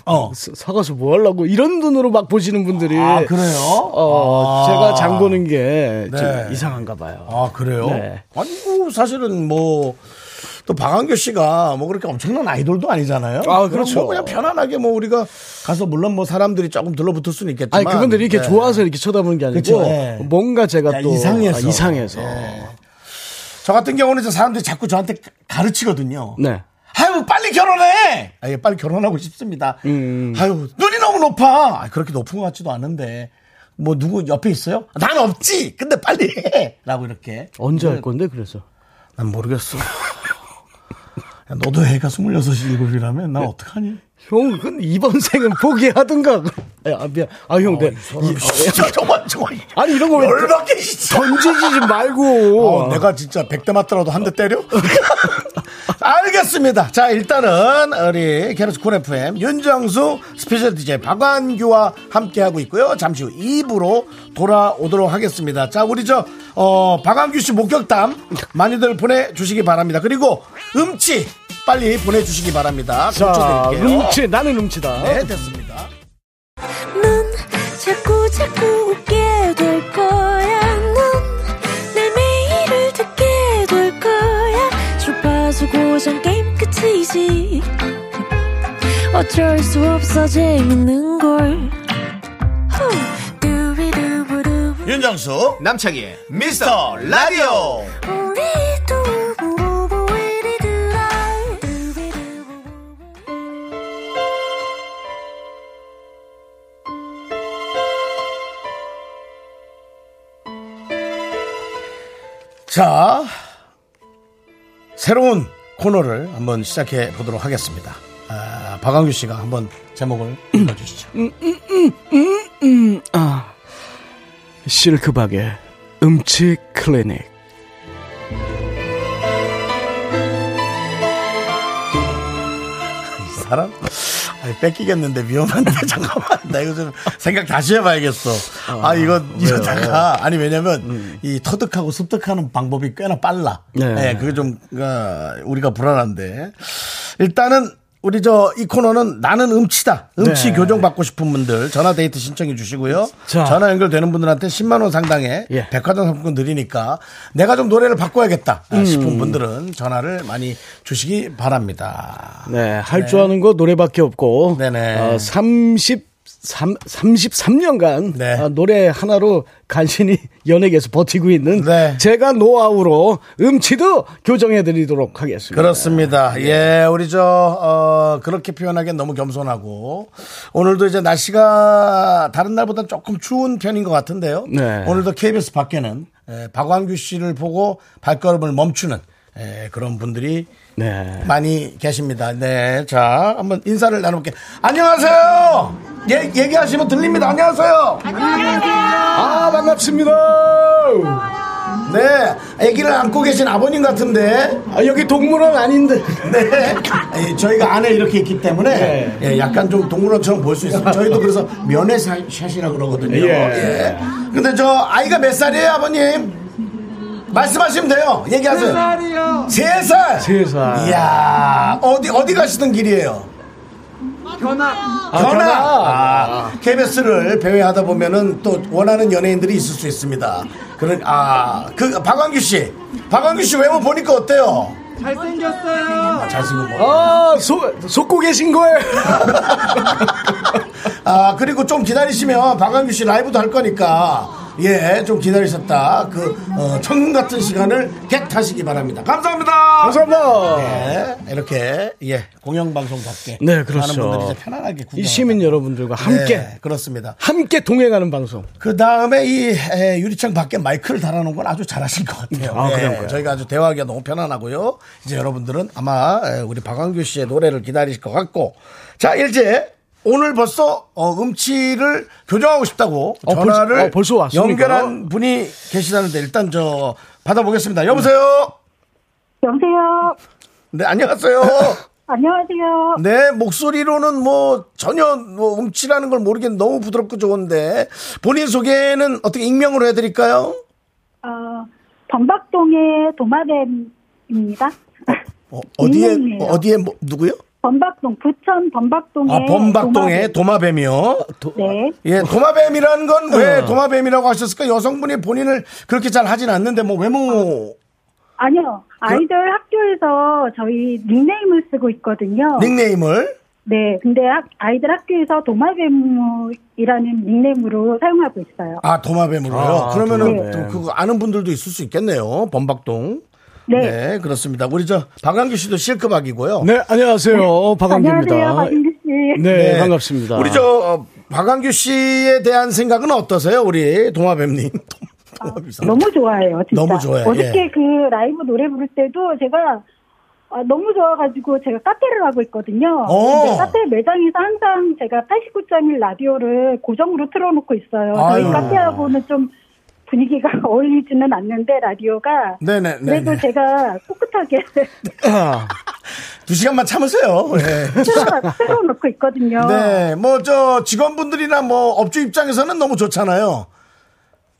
Speaker 2: 어.
Speaker 3: 사- 사가서 뭐 하려고 이런 눈으로 막 보시는 분들이
Speaker 2: 아 그래요?
Speaker 3: 어,
Speaker 2: 아.
Speaker 3: 제가 장 보는 게 좀
Speaker 2: 네.
Speaker 3: 이상한가 봐요.
Speaker 2: 아 그래요?
Speaker 3: 네.
Speaker 2: 아니 뭐 사실은 뭐. 또 방한교 씨가 뭐 그렇게 엄청난 아이돌도 아니잖아요.
Speaker 3: 아,
Speaker 2: 그럼
Speaker 3: 그렇죠.
Speaker 2: 뭐 그냥 편안하게 뭐 우리가 가서 물론 뭐 사람들이 조금 들러붙을 수는 있겠지만.
Speaker 3: 아니 그분들이 이렇게
Speaker 2: 네.
Speaker 3: 좋아서 이렇게 쳐다보는 게 아니고
Speaker 2: 그쵸, 예.
Speaker 3: 뭔가 제가
Speaker 2: 야,
Speaker 3: 또
Speaker 2: 이상해서. 네.
Speaker 3: 아, 이상해서.
Speaker 2: 저 같은 경우는 이제 사람들이 자꾸 저한테 가르치거든요.
Speaker 3: 네.
Speaker 2: 아유 빨리 결혼해. 아, 예, 빨리 결혼하고 싶습니다.
Speaker 3: 음,
Speaker 2: 아유 눈이 너무 높아. 아, 그렇게 높은 것 같지도 않은데 뭐 누구 옆에 있어요? 난 없지. 근데 빨리 해.라고 이렇게.
Speaker 3: 언제 할 건데 그래서
Speaker 2: 난 모르겠어. 야, 너도 애가 스물여섯 일곱이라면
Speaker 3: 네.
Speaker 2: 난 어떡하니?
Speaker 3: 형, 그 이번 생은 포기하든가. 아, 미안. 아, 형,
Speaker 2: 어,
Speaker 3: 내 이- 네.
Speaker 2: 진짜 정말 정말.
Speaker 3: 아니 이런 거 왜
Speaker 2: 열받게 진짜.
Speaker 3: 던지지 좀 말고.
Speaker 2: 어, 내가 진짜 100대 맞더라도 한 대 때려? 알겠습니다. 자, 일단은 우리 캐럿 쿨 FM 윤정수 스페셜 DJ 박완규와 함께하고 있고요. 잠시 후 2부로 돌아오도록 하겠습니다. 자, 우리 저, 어, 박완규 씨 목격담 많이들 보내주시기 바랍니다. 그리고 음치 빨리 보내주시기 바랍니다.
Speaker 3: 자,
Speaker 2: 고쳐드릴게요.
Speaker 3: 음치 나는 음치다.
Speaker 2: 네, 됐습니다.
Speaker 6: 넌 자꾸 자꾸 웃게 될 거야. 넌내 매일을 듣게 될 거야. 주파수 고정 게임 끝이지. 어쩔 수 없어 재밌는 걸. 후. 두비두부두부.
Speaker 2: 윤정수,
Speaker 4: 남창희의
Speaker 2: 미스터 라디오.
Speaker 6: 우리 두부부부 우리 두라. 두비두부부부.
Speaker 2: 자, 새로운 코너를 한번 시작해 보도록 하겠습니다. 아, 박광규 씨가 한번 제목을 읽어주시죠.
Speaker 3: 실크박의 음치 클리닉.
Speaker 2: 이 사람? 아니, 뺏기겠는데 위험한데 잠깐만 나 이거 좀 생각 다시 해봐야겠어. 아, 이거 이러다가 아니 왜냐면 이 터득하고 습득하는 방법이 꽤나 빨라.
Speaker 3: 음. 네.
Speaker 2: 네, 그게 좀 어, 우리가 불안한데 일단은 우리 저 이 코너는 나는 음치다 음치
Speaker 3: 네.
Speaker 2: 교정 받고 싶은 분들 전화 데이트 신청해 주시고요.
Speaker 3: 자.
Speaker 2: 전화 연결되는 분들한테 10만 원 상당의
Speaker 3: 예.
Speaker 2: 백화점 상품권 드리니까 내가 좀 노래를 바꿔야겠다
Speaker 3: 음.
Speaker 2: 싶은 분들은 전화를 많이 주시기 바랍니다.
Speaker 3: 네, 할 줄 아는 거 노래밖에 없고.
Speaker 2: 네네.
Speaker 3: 어, 30 3 33년간 어,
Speaker 2: 네.
Speaker 3: 노래 하나로 간신히 연예계에서 버티고 있는
Speaker 2: 네.
Speaker 3: 제가 노하우로 음치도 교정해 드리도록 하겠습니다.
Speaker 2: 그렇습니다. 예, 우리 저, 어, 그렇게 표현하기엔 너무 겸손하고, 오늘도 이제 날씨가 다른 날보다 조금 추운 편인 것 같은데요.
Speaker 3: 네.
Speaker 2: 오늘도 KBS 밖에는 예, 박광규 씨를 보고 발걸음을 멈추는 예, 그런 분들이
Speaker 3: 네.
Speaker 2: 많이 계십니다. 네. 자, 한번 인사를 나눠볼게요. 안녕하세요! 예, 얘기하시면 들립니다. 안녕하세요!
Speaker 3: 아, 반갑습니다.
Speaker 2: 네. 아기를 안고 계신 아버님 같은데,
Speaker 3: 아, 여기 동물원 아닌데.
Speaker 2: 네. 예, 저희가 안에 이렇게 있기 때문에
Speaker 3: 네.
Speaker 2: 예, 약간 좀 동물원처럼 보일 수 있습니다. 저희도 그래서 면회 사- 샷이라 그러거든요.
Speaker 3: 예.
Speaker 2: 예. 근데 저 아이가 몇 살이에요, 아버님? 말씀하시면 돼요. 얘기하세요. 세 살이요. 세 살.
Speaker 3: 세 살.
Speaker 2: 이야, 어디 어디 가시던 길이에요? 전화. 아, KBS를 배회하다 보면은 또 원하는 연예인들이 있을 수 있습니다. 그런 아, 그 박광규 씨. 박광규 씨 외모 보니까 어때요? 잘생겼어요. 잘생긴 거.
Speaker 3: 아, 속, 속고 계신 거예요.
Speaker 2: 아 그리고 좀 기다리시면 박광규 씨 라이브도 할 거니까 예 좀 기다리셨다 그 어, 천금 같은 시간을 겟하시기 바랍니다 감사합니다
Speaker 3: 감사합니다.
Speaker 2: 예, 이렇게 예 공영방송답게
Speaker 3: 네, 그렇죠.
Speaker 2: 많은 분들이 이제 편안하게 구경
Speaker 3: 이 시민 여러분들과 함께
Speaker 2: 네. 그렇습니다
Speaker 3: 함께 동행하는 방송.
Speaker 2: 그 다음에 이 에, 유리창 밖에 마이크를 달아놓은 건 아주 잘하실 것 같아요.
Speaker 3: 아,
Speaker 2: 예,
Speaker 3: 그런가요?
Speaker 2: 저희가 아주 대화하기가 너무 편안하고요. 이제 여러분들은 아마 에, 우리 박광규 씨의 노래를 기다리실 것 같고. 자, 이제 오늘 벌써 어, 음치를 교정하고 싶다고
Speaker 3: 어, 벌써-
Speaker 2: 전화를
Speaker 3: 어, 벌써 왔습니까?
Speaker 2: 연결한 분이 계시다는데 일단 저 받아보겠습니다. 여보세요.
Speaker 7: 여보세요.
Speaker 2: 네 안녕하세요.
Speaker 7: 안녕하세요.
Speaker 2: 네 목소리로는 뭐 전혀 뭐 음치라는 걸 모르겠는데 너무 부드럽고 좋은데 본인 소개는 어떻게 익명으로 해드릴까요? 네.
Speaker 7: 어, 범박동의 도마뱀입니다.
Speaker 2: 어, 어디에
Speaker 7: 익명이에요.
Speaker 2: 어, 어디에 뭐, 누구요?
Speaker 7: 범박동 부천 범박동의
Speaker 2: 아 범박동의
Speaker 7: 도마뱀.
Speaker 2: 도마뱀이요.
Speaker 7: 네.
Speaker 2: 예, 도마뱀이라는 건 왜
Speaker 3: 어.
Speaker 2: 도마뱀이라고 하셨을까? 여성분이 본인을 그렇게 잘 하진 않는데 뭐 외모
Speaker 7: 어. 아니요.
Speaker 2: 그-
Speaker 7: 아이들 학교에서 저희 닉네임을 쓰고 있거든요.
Speaker 2: 닉네임을
Speaker 7: 네. 근데 학- 아이들 학교에서 도마뱀이라는 닉네임으로 사용하고 있어요.
Speaker 2: 아 도마뱀으로요. 그러면은
Speaker 7: 도마뱀.
Speaker 2: 또 그거 아는 분들도 있을 수 있겠네요. 범박동.
Speaker 7: 네.
Speaker 2: 그렇습니다. 우리 저 박광규 씨도 실크박이고요.
Speaker 3: 네, 안녕하세요. 박광규입니다.
Speaker 7: 안녕하세요. 박인규 씨.
Speaker 3: 네,
Speaker 2: 네.
Speaker 3: 반갑습니다.
Speaker 2: 우리 저 어, 박광규 씨에 대한 생각은 어떠세요, 우리 도마뱀님?
Speaker 7: 아.
Speaker 2: 도마뱀 씨.
Speaker 7: 너무 좋아해요. 진짜.
Speaker 2: 예. 너무 좋아요,
Speaker 7: 어저께
Speaker 2: 예.
Speaker 7: 그 라이브 노래 부를 때도 제가 아, 너무 좋아가지고 제가 카페를 하고 있거든요.
Speaker 2: 어.
Speaker 7: 근데 카페 매장에서 항상 제가 89.1 라디오를 고정으로 틀어놓고 있어요.
Speaker 2: 아유.
Speaker 7: 저희 카페하고는 좀 분위기가 어울리지는 않는데 라디오가
Speaker 2: 네네, 네네.
Speaker 7: 그래도 제가 꿋꿋하게
Speaker 2: 두 시간만 참으세요. 네.
Speaker 7: 틀어- 틀어놓고 있거든요.
Speaker 2: 네, 뭐 저 직원분들이나 뭐 업주 입장에서는 너무 좋잖아요.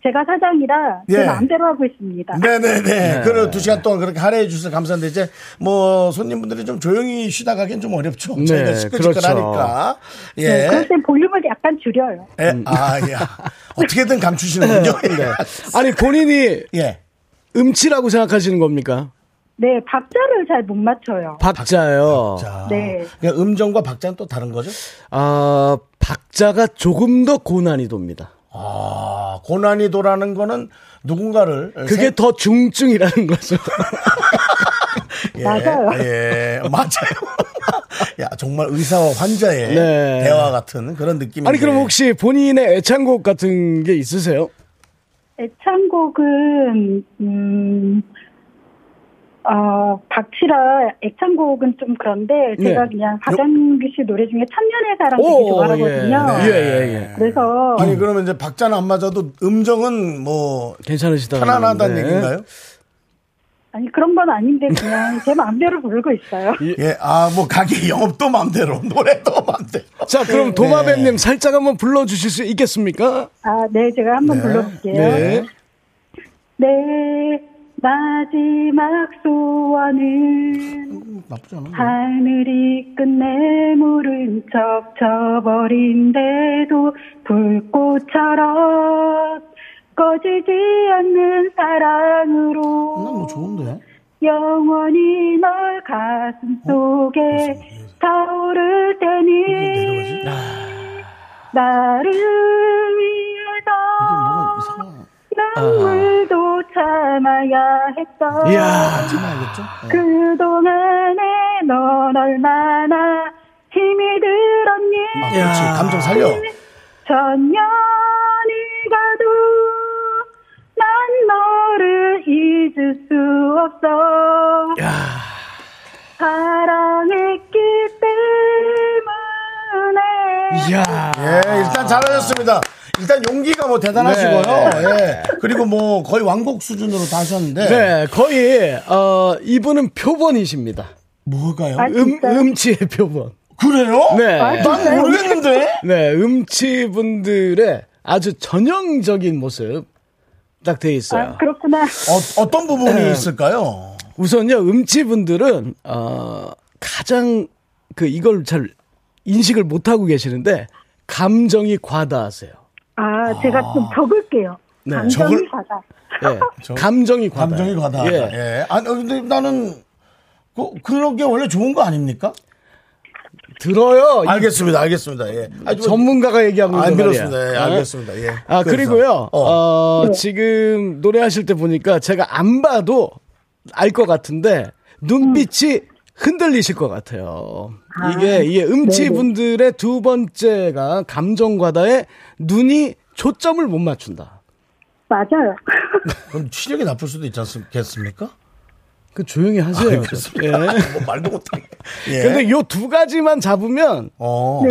Speaker 7: 제가 사장이라 제
Speaker 2: 예.
Speaker 7: 마음대로 하고 있습니다.
Speaker 2: 네네네. 그리고 두 시간 동안 그렇게 할애해 주셔서 감사한데 이제 뭐 손님분들이 좀 조용히 쉬다 가긴 좀 어렵죠.
Speaker 3: 네, 그렇죠.
Speaker 2: 저희가 시끌시끌하니까.
Speaker 7: 네,
Speaker 2: 예.
Speaker 7: 그럴 땐 볼륨을 약간 줄여요.
Speaker 2: 예.
Speaker 3: 음.
Speaker 2: 아, 예. 어떻게든 감추시는군요.
Speaker 3: 네. 아니, 본인이
Speaker 2: 예.
Speaker 3: 음치라고 생각하시는 겁니까?
Speaker 7: 네, 박자를 잘 못 맞춰요.
Speaker 3: 박자요.
Speaker 2: 자.
Speaker 7: 네.
Speaker 2: 그러니까 음정과 박자는 또 다른 거죠?
Speaker 3: 아, 박자가 조금 더 고난이도입니다.
Speaker 2: 아, 고난이도라는 거는 누군가를.
Speaker 3: 그게 더 중증이라는 거죠.
Speaker 2: 예,
Speaker 7: 맞아요.
Speaker 2: 예, 맞아요. 야, 정말 의사와 환자의
Speaker 3: 네.
Speaker 2: 대화 같은 그런 느낌이.
Speaker 3: 아니, 그럼 혹시 본인의 애창곡 같은 게 있으세요?
Speaker 7: 애창곡은 음, 어, 박치라 애창곡은 좀 그런데
Speaker 3: 네.
Speaker 7: 제가 그냥 박장규 씨 노래 중에 천년의 사랑 되게 좋아하거든요.
Speaker 3: 예, 예, 예.
Speaker 7: 그래서
Speaker 2: 아니 그러면 이제 박자는 안 맞아도 음정은 뭐
Speaker 3: 괜찮으시다.
Speaker 2: 편안하다는
Speaker 3: 그러는데.
Speaker 2: 얘기인가요?
Speaker 7: 아니 그런 건 아닌데 그냥 제 마음대로 부르고 있어요.
Speaker 2: 예, 아, 뭐, 가게 영업도 맘대로, 노래도 맘대로.
Speaker 3: 자, 그럼
Speaker 2: 네.
Speaker 3: 도마뱀님 살짝 한번 불러주실 수 있겠습니까?
Speaker 7: 아, 네, 제가 한번 불러볼게요.
Speaker 3: 네.
Speaker 2: 네.
Speaker 7: 내 마지막 소원은
Speaker 2: 나쁘지 않아.
Speaker 7: 하늘이 끝내 물은 척 져버린데도 불꽃처럼 꺼지지 않는 사랑으로
Speaker 2: 뭐 좋은데.
Speaker 7: 영원히 널 가슴
Speaker 3: 어?
Speaker 7: 속에 타오를 테니 아. 나를 위해서 눈물도 참아야 했던
Speaker 3: 아. 이야. 어.
Speaker 7: 그동안에 넌 얼마나 힘이 들었니
Speaker 2: 아, 그렇지. 감정 살려.
Speaker 7: 천년이 가도 난 너를 잊을 수 없어 사랑했기 때문에
Speaker 3: 이야.
Speaker 2: 예, 일단 잘하셨습니다. 일단 용기가 뭐 대단하시고요. 예. 그리고 뭐 거의 왕곡 수준으로 다 하셨는데.
Speaker 3: 네, 거의, 어, 이분은 표본이십니다.
Speaker 2: 뭐가요?
Speaker 7: 아,
Speaker 3: 음,
Speaker 7: 진짜요? 아,
Speaker 3: 음치의 표본.
Speaker 2: 그래요?
Speaker 3: 네.
Speaker 2: 난 모르겠는데?
Speaker 3: 네, 음치 분들의 아주 전형적인 모습 딱 돼 있어요.
Speaker 7: 아, 그렇구나
Speaker 2: 어, 어떤 부분이 있을까요?
Speaker 3: 우선요, 음치 분들은, 어, 가장 그 이걸 잘 인식을 못하고 계시는데, 감정이 과다하세요.
Speaker 7: 아 제가 좀 적을게요
Speaker 3: 네.
Speaker 7: 감정이
Speaker 2: 적을-
Speaker 7: 받아
Speaker 3: 예. 감정이 과다.
Speaker 2: 감정이 과다. 예. 아니, 근데 나는 그, 그런 게 원래 좋은 거 아닙니까?
Speaker 3: 들어요. 이
Speaker 2: 알겠습니다. 알겠습니다. 예. 아, 아니, 뭐-
Speaker 3: 전문가가 얘기하고
Speaker 2: 아,
Speaker 3: 있는 말이에요.
Speaker 2: 그렇습니다. 예,
Speaker 3: 아,
Speaker 2: 알겠습니다. 예.
Speaker 3: 아,
Speaker 2: 그래서.
Speaker 3: 그리고요.
Speaker 2: 어.
Speaker 3: 어, 지금 노래하실 때 보니까 제가 안 봐도 알 것 같은데 눈빛이 흔들리실 것 같아요. 이게 이게 음치 분들의 두 번째가 감정 과다에 눈이 초점을 못 맞춘다.
Speaker 7: 맞아요
Speaker 2: 그럼 시력이 나쁠 수도 있지 않겠습니까?
Speaker 3: 그 조용히
Speaker 2: 아,
Speaker 3: 하세요. 예.
Speaker 2: 뭐 말도 못하게. 예.
Speaker 3: 근데 네. 요 두 가지만 잡으면
Speaker 2: 어.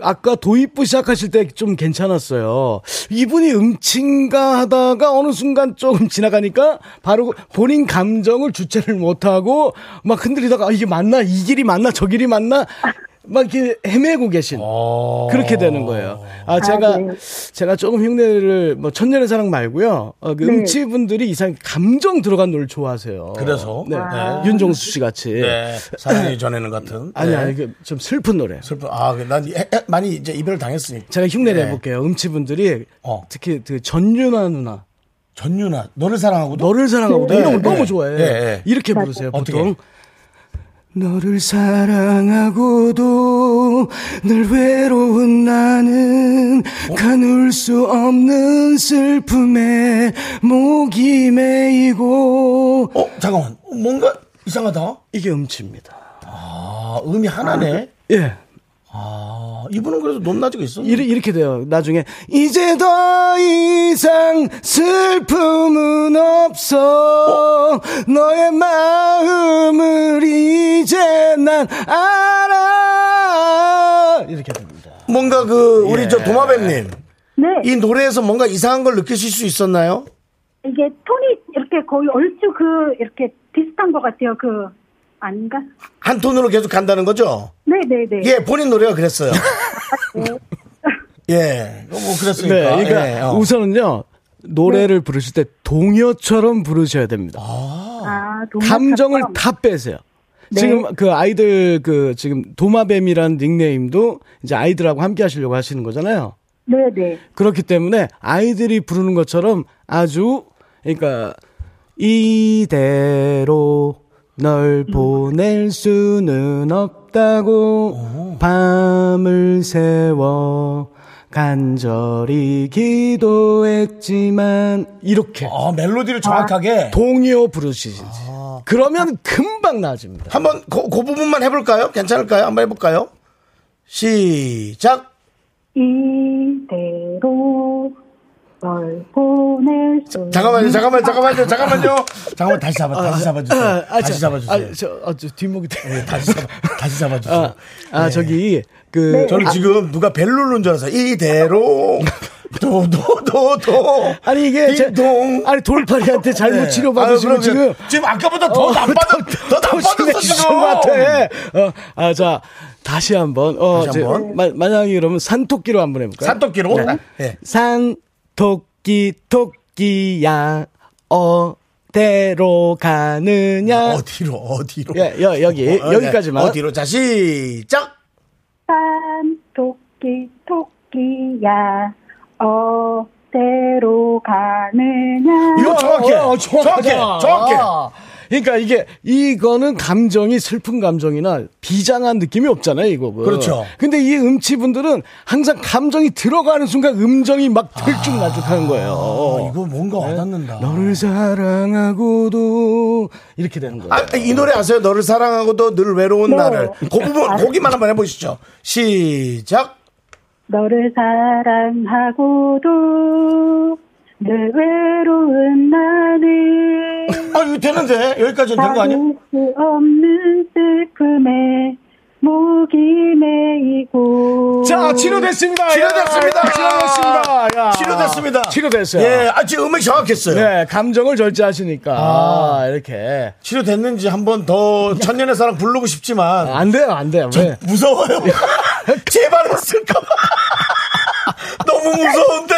Speaker 3: 아까 도입부 시작하실 때 좀 괜찮았어요. 이분이 음친가 하다가 어느 순간 조금 지나가니까 바로 본인 감정을 주체를 못하고 막 흔들리다가 아, 이게 맞나? 이 길이 맞나? 저 길이 맞나? 막 이렇게 헤매고 계신
Speaker 2: 어,
Speaker 3: 그렇게 되는 거예요. 아 제가
Speaker 7: 네.
Speaker 3: 제가 조금 흉내를 뭐 천년의 사랑 말고요. 어, 그
Speaker 7: 네.
Speaker 3: 음치분들이 이상 감정 들어간 노래 좋아하세요.
Speaker 2: 그래서?
Speaker 3: 네.
Speaker 2: 아.
Speaker 3: 윤종수 씨 같이
Speaker 2: 네. 사랑이 전에는 같은.
Speaker 3: 아니
Speaker 2: 네.
Speaker 3: 아니 그좀 슬픈 노래.
Speaker 2: 슬픈. 아, 난 이- 에- 에- 많이 이제 이별을 당했으니까.
Speaker 3: 제가 흉내를
Speaker 2: 네.
Speaker 3: 해볼게요. 음치분들이
Speaker 2: 어.
Speaker 3: 특히 그 전윤아 누나
Speaker 2: 전유나 너를 사랑하고 도
Speaker 3: 너를 사랑하고
Speaker 2: 네,
Speaker 3: 이런 거
Speaker 2: 네.
Speaker 3: 너무 좋아해.
Speaker 2: 네, 네.
Speaker 3: 이렇게 부르세요.
Speaker 2: 어떻게?
Speaker 3: 보통 너를 사랑하고도 늘 외로운 나는
Speaker 2: 어?
Speaker 3: 가눌 수 없는 슬픔에 목이 메이고
Speaker 2: 어, 잠깐만. 뭔가 이상하다.
Speaker 3: 이게 음치입니다.
Speaker 2: 아, 음이 하나네.
Speaker 3: 예.
Speaker 2: 아, 이분은 그래도 높낮이가 있어.
Speaker 3: 이르- 이렇게 돼요. 나중에 이제 더 이상 슬픔은 없어 너의 마음을 이제 난 알아 이렇게 됩니다.
Speaker 2: 뭔가 그 우리 저 도마뱀님
Speaker 7: 네.
Speaker 2: 이 노래에서 뭔가 이상한 걸 느끼실 수 있었나요?
Speaker 7: 이게 톤이 이렇게 거의 얼추 그 이렇게 비슷한 것 같아요. 그 아닌가?
Speaker 2: 한 톤으로 계속 간다는 거죠?
Speaker 7: 네네네.
Speaker 2: 예, 본인 노래가 그랬어요. 예, 뭐 그랬으니까.
Speaker 3: 네, 그러니까
Speaker 2: 예, 어.
Speaker 3: 우선은요 노래를 부르실 때 동요처럼 부르셔야 됩니다.
Speaker 7: 아,
Speaker 3: 감정을
Speaker 7: 동물처럼.
Speaker 3: 다 빼세요.
Speaker 7: 네.
Speaker 3: 지금 그 아이들 그 지금 도마뱀이라는 닉네임도 이제 아이들하고 함께 하시려고 하시는 거잖아요.
Speaker 7: 네네.
Speaker 3: 그렇기 때문에 아이들이 부르는 것처럼 아주 그러니까 이대로 널 보낼 수는 없다고 밤을 새워 간절히 기도했지만 이렇게
Speaker 2: 아, 멜로디를 정확하게
Speaker 3: 동요 부르시지 그러면 금방 나아집니다.
Speaker 2: 한번 그, 그 부분만 해볼까요? 괜찮을까요? 한번 해볼까요? 시작.
Speaker 7: 이대로 널 보낼 수
Speaker 2: 잠깐만요, 잠깐만요, 잠깐만요, 잠깐만요. 잠깐만 다시 잡아, 다시 잡아주세요. 다시
Speaker 3: 저,
Speaker 2: 잡아주세요.
Speaker 3: 아, 저, 아, 저 뒷목이 되
Speaker 2: 다시 잡아, 다시 잡아주세요.
Speaker 3: 아, 아 저기 그
Speaker 2: 저는 지금 누가 벨 누른 줄 알았어요. 이대로 도도도도
Speaker 3: 아니 이게 제-
Speaker 2: 동 네.
Speaker 3: 아니 돌팔이한테 잘못 치료받으시면 지금 어,
Speaker 2: 지금 아까보다 더 나빠졌 더 나빠졌어 지금.
Speaker 3: 것 같아. 어, 아, 자, 다시 한 번. 어,
Speaker 2: 다시
Speaker 3: 이제
Speaker 2: 한 번.
Speaker 3: 마- 만약에 그러면 산토끼로 한 번 해볼까요?
Speaker 2: 산토끼로?
Speaker 3: 네.
Speaker 2: 네.
Speaker 3: 산토끼, 토끼야, 어디로 가느냐.
Speaker 2: 어디로 어디로?
Speaker 3: 예, 여, 여기,
Speaker 2: 어,
Speaker 3: 여기까지만.
Speaker 2: 네. 어디로 자 시작.
Speaker 7: 산 토끼 토끼야 어디로 가느냐
Speaker 2: 이거 정확해.
Speaker 3: 어, 어,
Speaker 2: 정확해.
Speaker 3: 정확하잖아.
Speaker 2: 정확해.
Speaker 3: 아. 그러니까 이게 이거는 감정이 슬픈 감정이나 비장한 느낌이 없잖아요, 이 곡은.
Speaker 2: 그렇죠.
Speaker 3: 근데 이 음치 분들은 항상 감정이 들어가는 순간 음정이 막 들쭉날쭉하는 거예요.
Speaker 2: 어, 이거 뭔가 와닿는다.
Speaker 3: 네. 너를 사랑하고도 이렇게 되는 거예요.
Speaker 2: 아, 이 노래 아세요? 너를 사랑하고도 늘 외로운
Speaker 3: 뭐.
Speaker 2: 나를. 그
Speaker 3: 아.
Speaker 2: 부분 보기만 한번 해보시죠. 시작.
Speaker 7: 너를 사랑하고도 늘 외로운 나는
Speaker 2: 아 이거 되는데 여기까지는 된 거 아니야?
Speaker 7: 가릴 수 없는 슬픔에 목이 메이고
Speaker 3: 자, 치료됐습니다.
Speaker 2: 치료됐습니다.
Speaker 3: 야, 치료됐습니다. 야.
Speaker 2: 치료됐습니다.
Speaker 3: 치료됐어요.
Speaker 2: 예, 아, 지금 음이 정확했어요.
Speaker 3: 네, 감정을 절제하시니까
Speaker 2: 아.
Speaker 3: 아, 이렇게
Speaker 2: 치료됐는지 한 번 더 천년의 사랑 부르고 싶지만
Speaker 3: 안 돼요, 안 돼요. 네. 왜?
Speaker 2: 무서워요. 제발 했을까봐. 너무 무서운데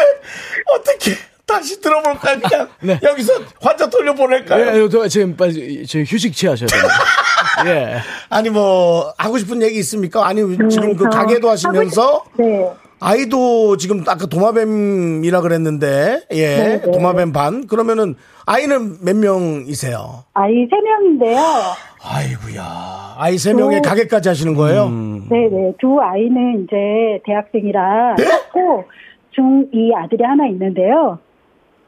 Speaker 2: 어떻게 다시 들어볼까요? 그냥
Speaker 3: 네.
Speaker 2: 여기서 환자 돌려보낼까요?
Speaker 3: 예, 예, 저- 지금 빨리 지금 휴식 취하셔야 돼요. 예.
Speaker 2: 아니 뭐 하고 싶은 얘기 있습니까? 아니 지금 그
Speaker 7: 그래서
Speaker 2: 가게도 하시면서
Speaker 7: 하고 싶- 네.
Speaker 2: 아이도 지금 아까 도마뱀이라 그랬는데 예
Speaker 7: 네, 네.
Speaker 2: 도마뱀 반 그러면은 아이는 몇 명이세요?
Speaker 7: 아이 세 명인데요.
Speaker 2: 아이구야 음. 아이 세 명에 가게까지 하시는 거예요?
Speaker 7: 네네. 두 아이는 이제 대학생이라
Speaker 2: 네?
Speaker 7: 고 중2 아들이 하나 있는데요.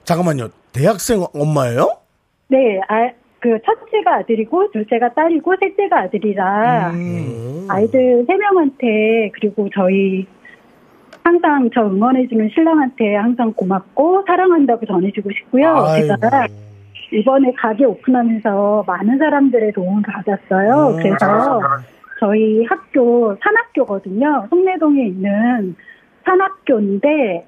Speaker 2: 잠깐만요 대학생 엄마예요?
Speaker 7: 네. 아, 그 첫째가 아들이고 둘째가 딸이고 셋째가 아들이라
Speaker 2: 음.
Speaker 7: 음. 아이들 세 명한테 그리고 저희 항상 저 응원해주는 신랑한테 항상 고맙고 사랑한다고 전해주고 싶고요.
Speaker 2: 아이고.
Speaker 7: 제가 이번에 가게 오픈하면서 많은 사람들의 도움을 받았어요. 그래서 저희 학교 산학교거든요. 송내동에 있는 산학교인데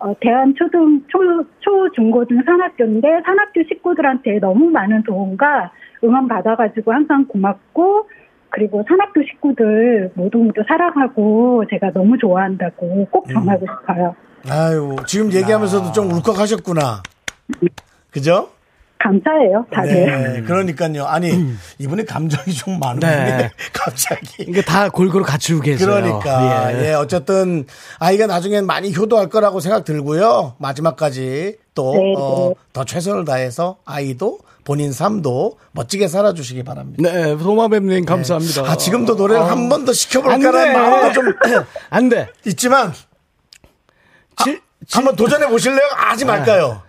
Speaker 7: 어, 대한초등 초, 초중고등 산학교인데 산학교 식구들한테 너무 많은 도움과 응원 받아가지고 항상 고맙고 그리고 산학교 식구들 모두 모두 사랑하고 제가 너무 좋아한다고 꼭 전하고 싶어요.
Speaker 2: 아유, 지금 얘기하면서도 좀 울컥하셨구나. 그죠?
Speaker 7: 감사해요, 다들.
Speaker 2: 네, 그러니까요. 아니, 이분의 감정이 좀 많은데,
Speaker 3: 네.
Speaker 2: 갑자기.
Speaker 3: 이게 다 골고루 갖추고 계세요.
Speaker 2: 그러니까.
Speaker 3: 예.
Speaker 2: 예. 어쨌든, 아이가 나중엔 많이 효도할 거라고 생각 들고요. 마지막까지 또,
Speaker 7: 네,
Speaker 2: 어,
Speaker 7: 네.
Speaker 2: 더 최선을 다해서 아이도 본인 삶도 멋지게 살아주시기 바랍니다.
Speaker 3: 네, 도마뱀님 감사합니다.
Speaker 2: 아, 지금도 노래를 한 번 더
Speaker 3: 안 돼.
Speaker 2: 시켜볼까라는 마음도 좀
Speaker 3: 안 돼.
Speaker 2: 있지만,
Speaker 3: 질-
Speaker 2: 한번 도전해 보실래요? 하지
Speaker 3: 네.
Speaker 2: 말까요?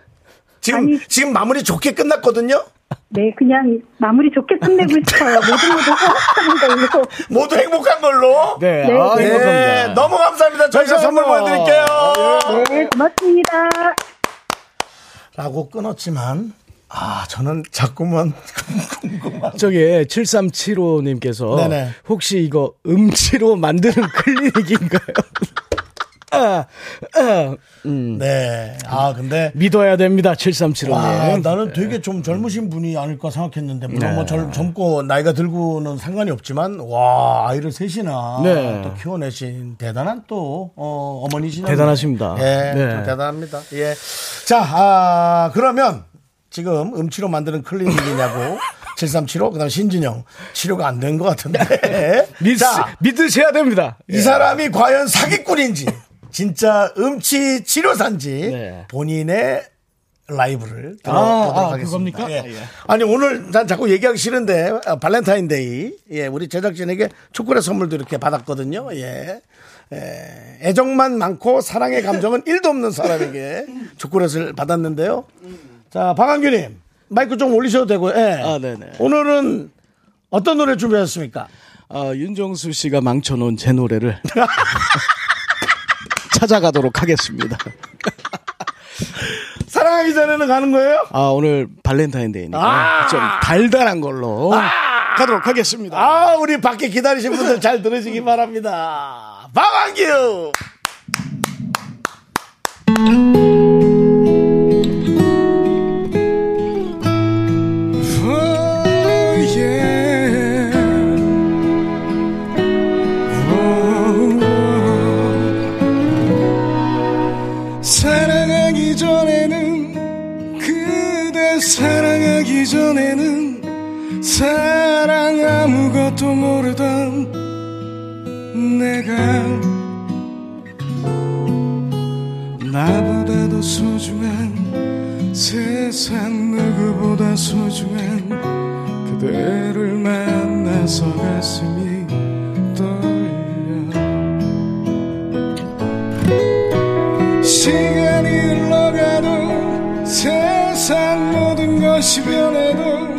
Speaker 2: 지금, 지금 마무리 좋게 끝났거든요?
Speaker 7: 네, 그냥 마무리 좋게 끝내고 싶어요. 모두 모두 사랑하는 걸로.
Speaker 2: 모두 행복한 걸로.
Speaker 3: 네,
Speaker 7: 네,
Speaker 3: 아,
Speaker 7: 네.
Speaker 3: 행복합니다.
Speaker 2: 네, 너무 감사합니다. 저희가 선물 보내드릴게요.
Speaker 7: 네, 고맙습니다.
Speaker 2: 라고 끊었지만, 아, 저는 자꾸만 궁금한.
Speaker 3: 저기 7375님께서
Speaker 2: 네네.
Speaker 3: 혹시 이거 음치로 만드는 클리닉인가요? 아, 아, 음,
Speaker 2: 네. 아, 근데.
Speaker 3: 믿어야 됩니다. 7375님.
Speaker 2: 와,
Speaker 3: 네.
Speaker 2: 나는 되게 좀 젊으신 분이 아닐까 생각했는데, 물론 뭐 젊, 젊고 나이가 들고는 상관이 없지만, 와, 아이를 셋이나
Speaker 3: 네.
Speaker 2: 또 키워내신 대단한 또, 어, 어머니시네.
Speaker 3: 대단하십니다.
Speaker 2: 예,
Speaker 3: 네.
Speaker 2: 좀 대단합니다. 예. 자, 아, 그러면 지금 음치로 만드는 클리닉이냐고. 7375, 그 다음 신진영. 치료가 안 된 것 같은데.
Speaker 3: 믿,
Speaker 2: 자,
Speaker 3: 믿으셔야 됩니다.
Speaker 2: 이 사람이 과연 사기꾼인지, 진짜 음치 치료사인지,
Speaker 3: 네.
Speaker 2: 본인의 라이브를 들어보도록
Speaker 3: 아,
Speaker 2: 하겠습니다.
Speaker 3: 그겁니까?
Speaker 2: 예.
Speaker 3: 아, 예.
Speaker 2: 아니, 오늘 난 자꾸 얘기하기 싫은데, 아, 발렌타인데이, 예, 우리 제작진에게 초콜릿 선물도 이렇게 받았거든요. 예. 예, 애정만 많고 사랑의 감정은 1도 없는 사람에게 초콜릿을 받았는데요. 자, 박한규님, 마이크 좀 올리셔도 되고요. 예.
Speaker 3: 아, 네네.
Speaker 2: 오늘은 어떤 노래 준비하셨습니까?
Speaker 3: 아, 윤정수 씨가 망쳐놓은 제 노래를 찾아가도록 하겠습니다.
Speaker 2: 사랑하기 전에는 가는 거예요?
Speaker 3: 아, 오늘 발렌타인데이니까
Speaker 2: 아!
Speaker 3: 좀 달달한 걸로 가도록 하겠습니다.
Speaker 2: 아, 우리 밖에 기다리신 분들 잘 들으시기 바랍니다. 박완규!
Speaker 3: 예. 사랑하기 전에는 그대 사랑하기 전에는 사랑 아무것도 모르던 내가 나보다도 소중한 세상 누구보다 소중한 그대를 만나서 가슴이 떨려 시간이 흘러가도 세상 모든 것이 변해도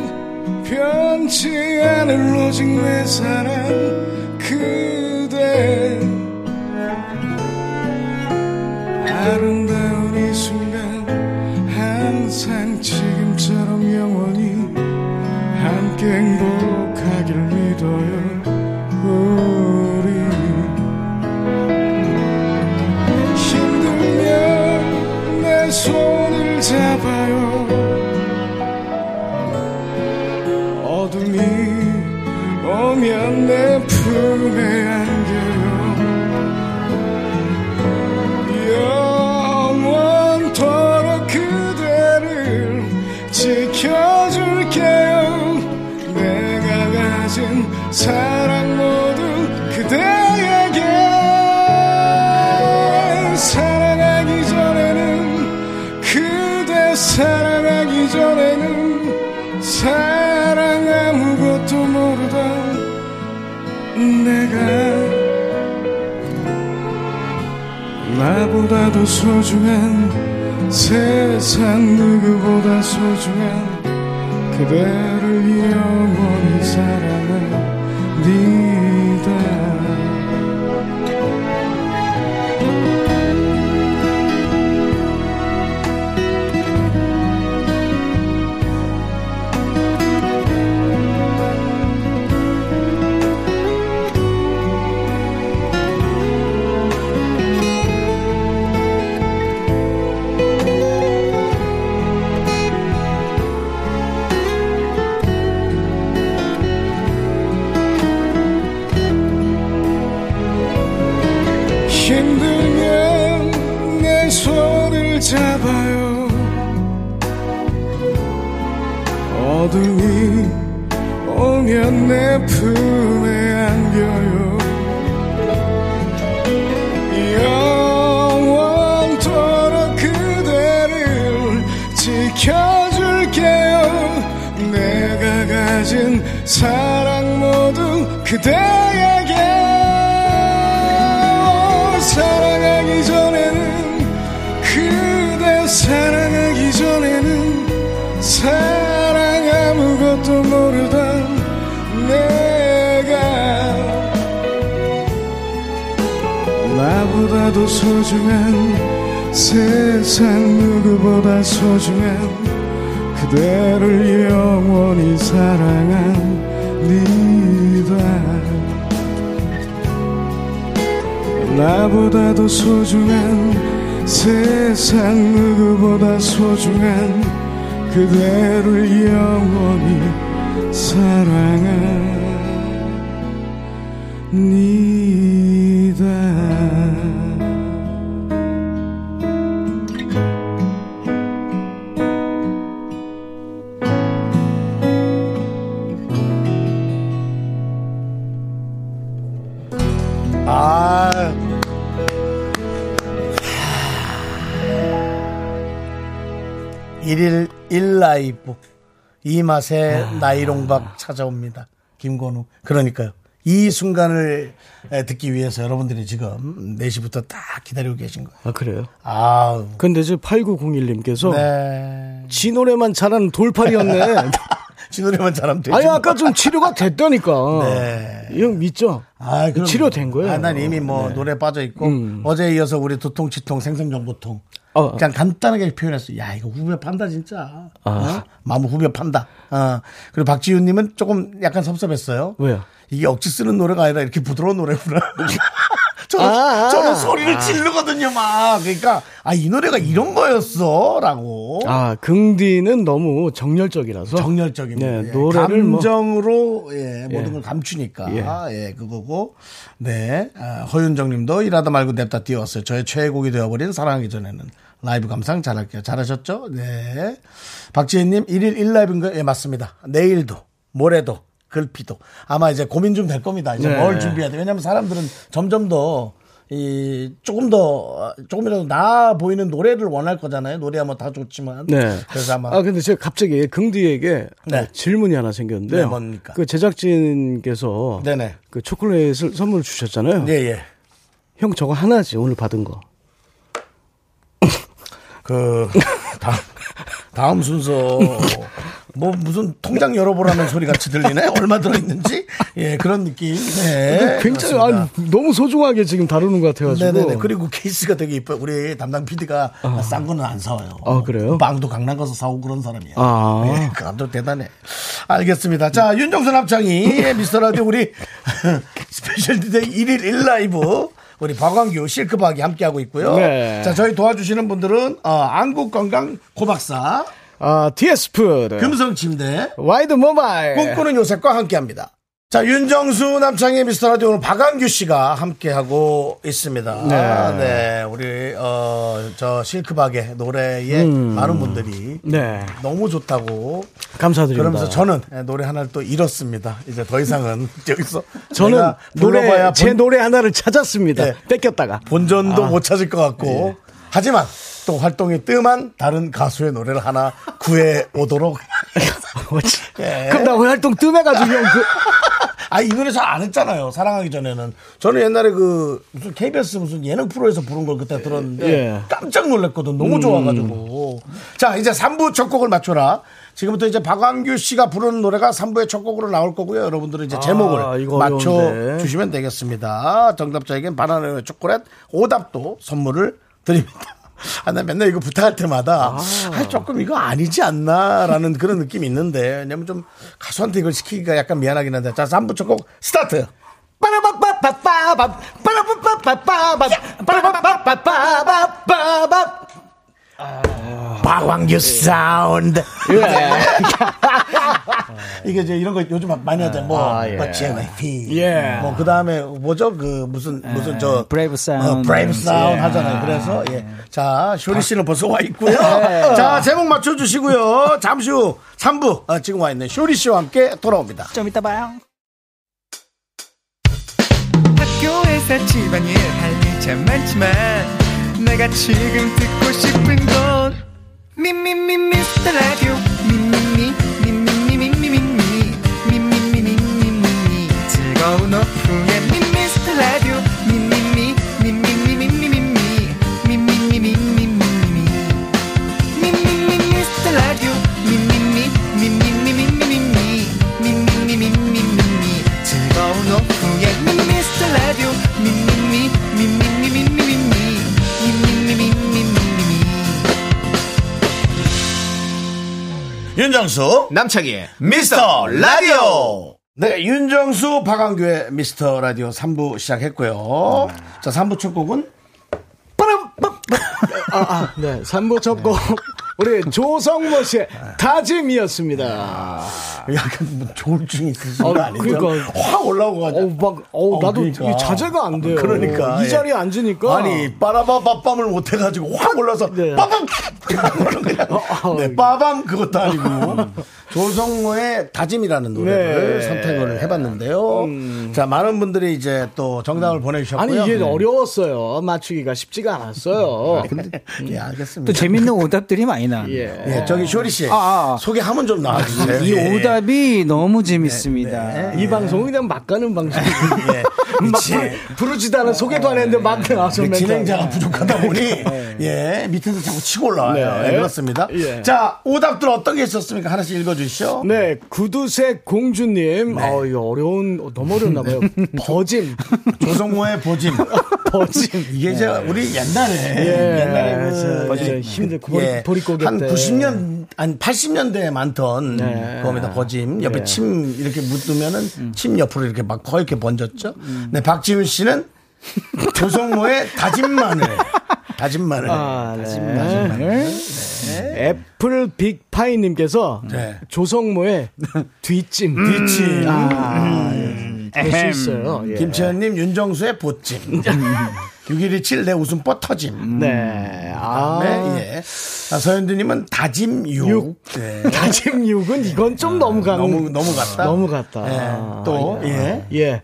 Speaker 3: 변치 않을 오직 내 사랑 그대 아름다운 이 순간 항상 지금처럼 영원히 함께 행복하길 믿어요 우리 힘들면 내 손을 잡아요 어둠이 오면 내 품에 안겨요 영원토록 그대를 지켜줄게요 내가 가진 사랑 모두 그대에게 사랑하기 전에는 그대 사랑하기 전에는 사랑 아무것도 모르던 내가 나보다도 소중한 세상 누구보다 소중한 그대를 영원히 사랑합니다.
Speaker 6: 넌
Speaker 8: 어둠이 오면 내 품에 안겨요 영원토록 그대를 지켜줄게요 내가 가진 사랑 모두 그대에게 사랑하기 전에는 그대 사랑하기 전에는 사랑 아무것도 모르던 내가 나보다도 소중한 세상 누구보다 소중한 그대를 영원히 사랑합니다 나보다도 소중한 세상 누구보다 소중한 그대를 영원히 사랑합니다 니다.
Speaker 2: 아. 일일 일라이브 이 맛에 나이롱박 찾아옵니다. 김건우. 그러니까요. 이 순간을 에, 듣기 위해서 여러분들이 지금 4시부터 딱 기다리고 계신 거예요.
Speaker 3: 아, 그래요?
Speaker 2: 아우.
Speaker 3: 근데 저 8901님께서
Speaker 2: 네.
Speaker 3: 지 노래만 잘하는 돌팔이었네.
Speaker 2: 지 노래만 잘하면 되지.
Speaker 3: 아니,
Speaker 2: 뭐.
Speaker 3: 아까 좀 치료가 됐다니까.
Speaker 2: 네.
Speaker 3: 이형 믿죠?
Speaker 2: 아, 그럼.
Speaker 3: 치료된 거예요. 네. 음.
Speaker 2: 아, 난 이미 뭐 노래 빠져 있고 어제에 이어서 우리 두통, 치통, 생생정보통.
Speaker 3: 어.
Speaker 2: 그냥 간단하게 표현했어. 야, 이거 후벼 판다 진짜.
Speaker 3: 아.
Speaker 2: 어? 마음 후벼 판다. 어. 그리고 박지윤님은 조금 약간 섭섭했어요.
Speaker 3: 왜요?
Speaker 2: 이게 억지 쓰는 노래가 아니라 이렇게 부드러운 노래구나. 저는,
Speaker 3: 아, 아.
Speaker 2: 저는 소리를 지르거든요, 막. 그러니까, 아, 이 노래가 이런 거였어. 라고.
Speaker 3: 아, 긍디는 너무 정열적이라서.
Speaker 2: 정열적입니다.
Speaker 3: 네,
Speaker 2: 예,
Speaker 3: 노래를 뭐-
Speaker 2: 감정으로 예, 모든 걸 감추니까 예, 그거고 네 아, 허윤정님도 일하다 말고 냅다 뛰어왔어요. 저의 최애곡이 되어버린 사랑하기 전에는 라이브 감상 잘할게요. 잘하셨죠? 네. 박지혜님 일일 일라이브인가요 예, 맞습니다. 내일도 모레도 글피도 아마 이제 고민 좀 될 겁니다. 이제
Speaker 3: 네.
Speaker 2: 뭘 준비해야 돼? 왜냐하면 사람들은 점점 더 이, 조금 더, 조금이라도 나아 보이는 노래를 원할 거잖아요. 노래하면 다 좋지만.
Speaker 3: 네.
Speaker 2: 그래서 아마.
Speaker 3: 아, 근데 제가 갑자기 긍디에게
Speaker 2: 네.
Speaker 3: 어, 질문이 하나 생겼는데요.
Speaker 2: 네, 뭡니까?
Speaker 3: 그 제작진께서
Speaker 2: 네네.
Speaker 3: 그 초콜릿을 선물 주셨잖아요.
Speaker 2: 예, 예.
Speaker 3: 형 저거 하나지, 오늘 받은 거.
Speaker 2: 그 다음, 다음 순서 뭐 무슨 통장 열어보라는 소리 같이 들리네 얼마 들어있는지 예 그런 느낌 네,
Speaker 3: 굉장히
Speaker 2: 그렇습니다.
Speaker 3: 아니, 너무 소중하게 지금 다루는 것 같아가지고. 어.
Speaker 2: 네네네 그리고 케이스가 되게 이뻐요 우리 담당 PD가 싼 거는 안 사와요
Speaker 3: 아, 그래요?
Speaker 2: 빵도 강남 가서 사오고 그런 사람이야
Speaker 3: 아.
Speaker 2: 예, 그 감독 대단해 알겠습니다 자 윤정선 합창이 미스터라디오 우리 스페셜 디데이 1일 1라이브 우리 박광규 실크박이 함께하고 있고요
Speaker 3: 네.
Speaker 2: 자 저희 도와주시는 분들은 어, 안국건강 고박사
Speaker 3: 아, DS 푸드.
Speaker 2: 금성 침대
Speaker 3: 와이드 모바일.
Speaker 2: 꿈꾸는 요셉과 함께합니다. 자 윤정수 남창의 미스터 라디오 오늘 박한규 씨가 함께하고 있습니다. 네, 우리 어저 실크박의 노래에 많은 분들이
Speaker 3: 음. 네.
Speaker 2: 너무 좋다고
Speaker 3: 감사드립니다.
Speaker 2: 그러면서 저는 네, 노래 하나를 또 잃었습니다. 이제 더 이상은 여기서
Speaker 3: 저는
Speaker 2: 내가 불러봐야
Speaker 3: 노래,
Speaker 2: 본,
Speaker 3: 제 노래 하나를 찾았습니다.
Speaker 2: 네.
Speaker 3: 뺏겼다가. 아.
Speaker 2: 본전도 못 찾을 것
Speaker 3: 예.
Speaker 2: 같고 하지만 또 활동이 뜸한 다른 가수의 노래를 하나 구해 오도록.
Speaker 3: 뭐지?
Speaker 2: 예.
Speaker 3: 그럼 나 오늘 활동 뜸해가지고 형 그,
Speaker 2: 아, 이 노래 잘 안 했잖아요. 사랑하기 전에는. 저는 옛날에 그 무슨 KBS 무슨 예능 프로에서 부른 걸 그때 들었는데
Speaker 3: 예. 음.
Speaker 2: 깜짝 놀랐거든. 너무 좋아가지고. 자, 이제 3부 첫 곡을 맞춰라. 지금부터 이제 박완규 씨가 부르는 노래가 3부의 첫 곡으로 나올 거고요. 여러분들은 이제 제목을
Speaker 3: 아, 이거 어려운데.
Speaker 2: 맞춰주시면 되겠습니다. 정답자에겐 바나나의 초콜릿, 오답도 선물을 드립니다. 아, 나 맨날 이거 부탁할 때마다, 아. 조금 이거 아니지 않나라는 그런 느낌이 있는데, 왜냐면 좀 가수한테 이걸 시키기가 약간 미안하긴 한데, 자, 3부 첫 곡 스타트!
Speaker 3: 빠라바빠빠빠밤, 빠라바빠빠빠밤, 빠라바빠빠빠밤.
Speaker 2: 박완규 사운드!
Speaker 3: 예.
Speaker 2: 이게 이제 이런 거 요즘 많이 하잖아요. 뭐,
Speaker 3: 아, 예.
Speaker 2: 뭐 JYP.
Speaker 3: 예.
Speaker 2: 뭐, 그 다음에 뭐죠? 그 무슨, 무슨 저.
Speaker 9: 브레이브 사운드.
Speaker 2: 어, 브레이브 사운드
Speaker 9: 예.
Speaker 2: 하잖아요. 그래서, 예. 자, 쇼리 씨는 벌써 와 있고요. 자, 제목 맞춰주시고요. 잠시 후 3부, 지금 와 있는 쇼리 씨와 함께 돌아옵니다.
Speaker 9: 좀 이따 봐요.
Speaker 8: 학교에서 집안일 할 일 참 많지만 내가 지금 듣고 싶은 건 미미미 미스터 라디오 미미미 미미미 미미미 미미미 미미미 즐거운 오후에 미미스터 라디오 미미미 미미미 미미미 미미미 미미미 미미미 미스터 라디오 미미미 미미미 미미미 미미미 미미미 즐거운 오후에 미스터 라디오 미미미 미미미 미미미 미미미 미미미
Speaker 2: 윤정수,
Speaker 4: 남창희의
Speaker 2: 미스터 라디오. 네, 윤정수, 박한규의 미스터 라디오 3부 시작했고요.
Speaker 3: 음.
Speaker 2: 자, 3부 첫 곡은
Speaker 3: 네, 3부 첫곡 우리 조성모 씨의
Speaker 2: 네. 아.
Speaker 3: 다짐이었습니다.
Speaker 2: 약간 뭐 조울증이 있으신 거
Speaker 3: 아,
Speaker 2: 아니죠?
Speaker 3: 그러니까.
Speaker 2: 확 올라오고 가죠.
Speaker 3: 어우, 막, 어우,
Speaker 2: 어,
Speaker 3: 나도
Speaker 2: 그러니까.
Speaker 3: 이 자제가 안 돼요.
Speaker 2: 그러니까,
Speaker 3: 이
Speaker 2: 예.
Speaker 3: 자리에 앉으니까.
Speaker 2: 아니 빠라바빠밤을 못해가지고 확 올라서
Speaker 3: 네. 어,
Speaker 2: 빠밤 이런 그냥 네, 빠밤 그것도 아니고 조성모의 다짐이라는 노래를
Speaker 3: 네. 음.
Speaker 2: 선택을 해봤는데요. 자 많은 분들이 이제 또 정답을
Speaker 3: 아니,
Speaker 2: 보내주셨고요.
Speaker 3: 이게
Speaker 2: 음.
Speaker 3: 어려웠어요. 맞추기가 쉽지가 않았어요.
Speaker 2: 예
Speaker 9: 또
Speaker 2: 알겠습니다.
Speaker 9: 재밌는 오답들이 많이 나왔네요.
Speaker 3: 예.
Speaker 2: 예 저기 쇼리 씨
Speaker 9: 아, 아.
Speaker 2: 소개하면 좀 나와주세요.
Speaker 9: 이
Speaker 2: 예.
Speaker 9: 오답이 너무 재밌습니다.
Speaker 3: 이 방송은 그냥 막 가는 방송이에요.
Speaker 2: 예. 네. 그치.
Speaker 3: 부르지도 않은 소개도 안 했는데 막 나와서
Speaker 2: 그
Speaker 3: 맨날.
Speaker 2: 진행자가 부족하다
Speaker 9: 네.
Speaker 2: 보니 예 밑에서 자꾸 치고 올라와요.
Speaker 3: 네.
Speaker 2: 예, 그렇습니다.
Speaker 3: 예.
Speaker 2: 자 오답들 어떤 게 있었습니까? 하나씩 읽어주시죠.
Speaker 3: 네, 구두색 공주님.
Speaker 2: 네.
Speaker 3: 어, 이거 어려운, 너무 어려웠나 봐요. 버짐.
Speaker 2: 조성모의 보짐.
Speaker 3: 버짐.
Speaker 2: 이게 이제 우리 옛날에
Speaker 9: 예.
Speaker 2: 옛날에 그
Speaker 3: 버짐. 힘들고, 보릿고개.
Speaker 2: 예. 한
Speaker 3: 때. 네.
Speaker 2: 90년 한 80년대에 많던 그겁니다 버짐 옆에
Speaker 3: 예.
Speaker 2: 침 이렇게 묻으면은 침 옆으로 이렇게 막 거의 이렇게 번졌죠. 네 박지훈 씨는 조성모의 다짐마늘 다짐마늘
Speaker 3: 아, 네. 애플 빅파이님께서
Speaker 2: 네. 음.
Speaker 3: 조성모의 뒷짐. 뒷짐. 아, 볼수 있어요. 예.
Speaker 2: 김채연님 윤정수의 보찜 6127 내 웃음 뻗터짐
Speaker 3: 네. 아.
Speaker 2: 네, 예. 아, 서현두님은 다짐육
Speaker 3: 육.
Speaker 2: 네.
Speaker 3: 다짐육은 이건 좀 너무 간
Speaker 2: 너무 너무 같다.
Speaker 3: 너무 갔다. 아,
Speaker 2: 예, 또 예.
Speaker 3: 예.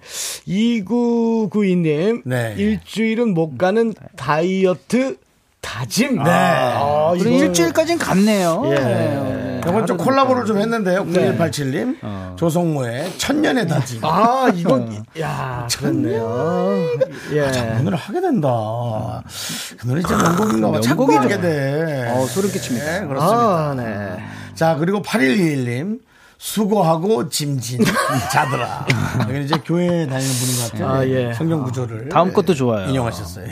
Speaker 3: 2992님.
Speaker 2: 네.
Speaker 3: 일주일은 못 가는 다이어트 다짐. 네. 아, 예.
Speaker 9: 그리고
Speaker 3: 이거-
Speaker 9: 일주일까진 갔네요. 네. 어.
Speaker 2: 이건 좀 코라보를 좀 했는데요. 9187님 조성모의 천년의 다짐. 어.
Speaker 3: 아, 이건, 야, 그렇네요. 예.
Speaker 2: 그 노래 하게 된다. 그 노래 진짜 명곡인가 봐. 자꾸 하게 돼.
Speaker 9: 아, 어, 소름 끼칩니다.
Speaker 2: 네,
Speaker 3: 아,
Speaker 2: 그렇습니다.
Speaker 3: 네.
Speaker 2: 자, 그리고 8121님. 수고하고 짐진 자들아. 여기 이제 교회 다니는 분인 것 같아요.
Speaker 3: 아, 예.
Speaker 2: 성경 구조를 예,
Speaker 9: 다음 것도 네. 좋아요. 음.
Speaker 2: 인용하셨어요.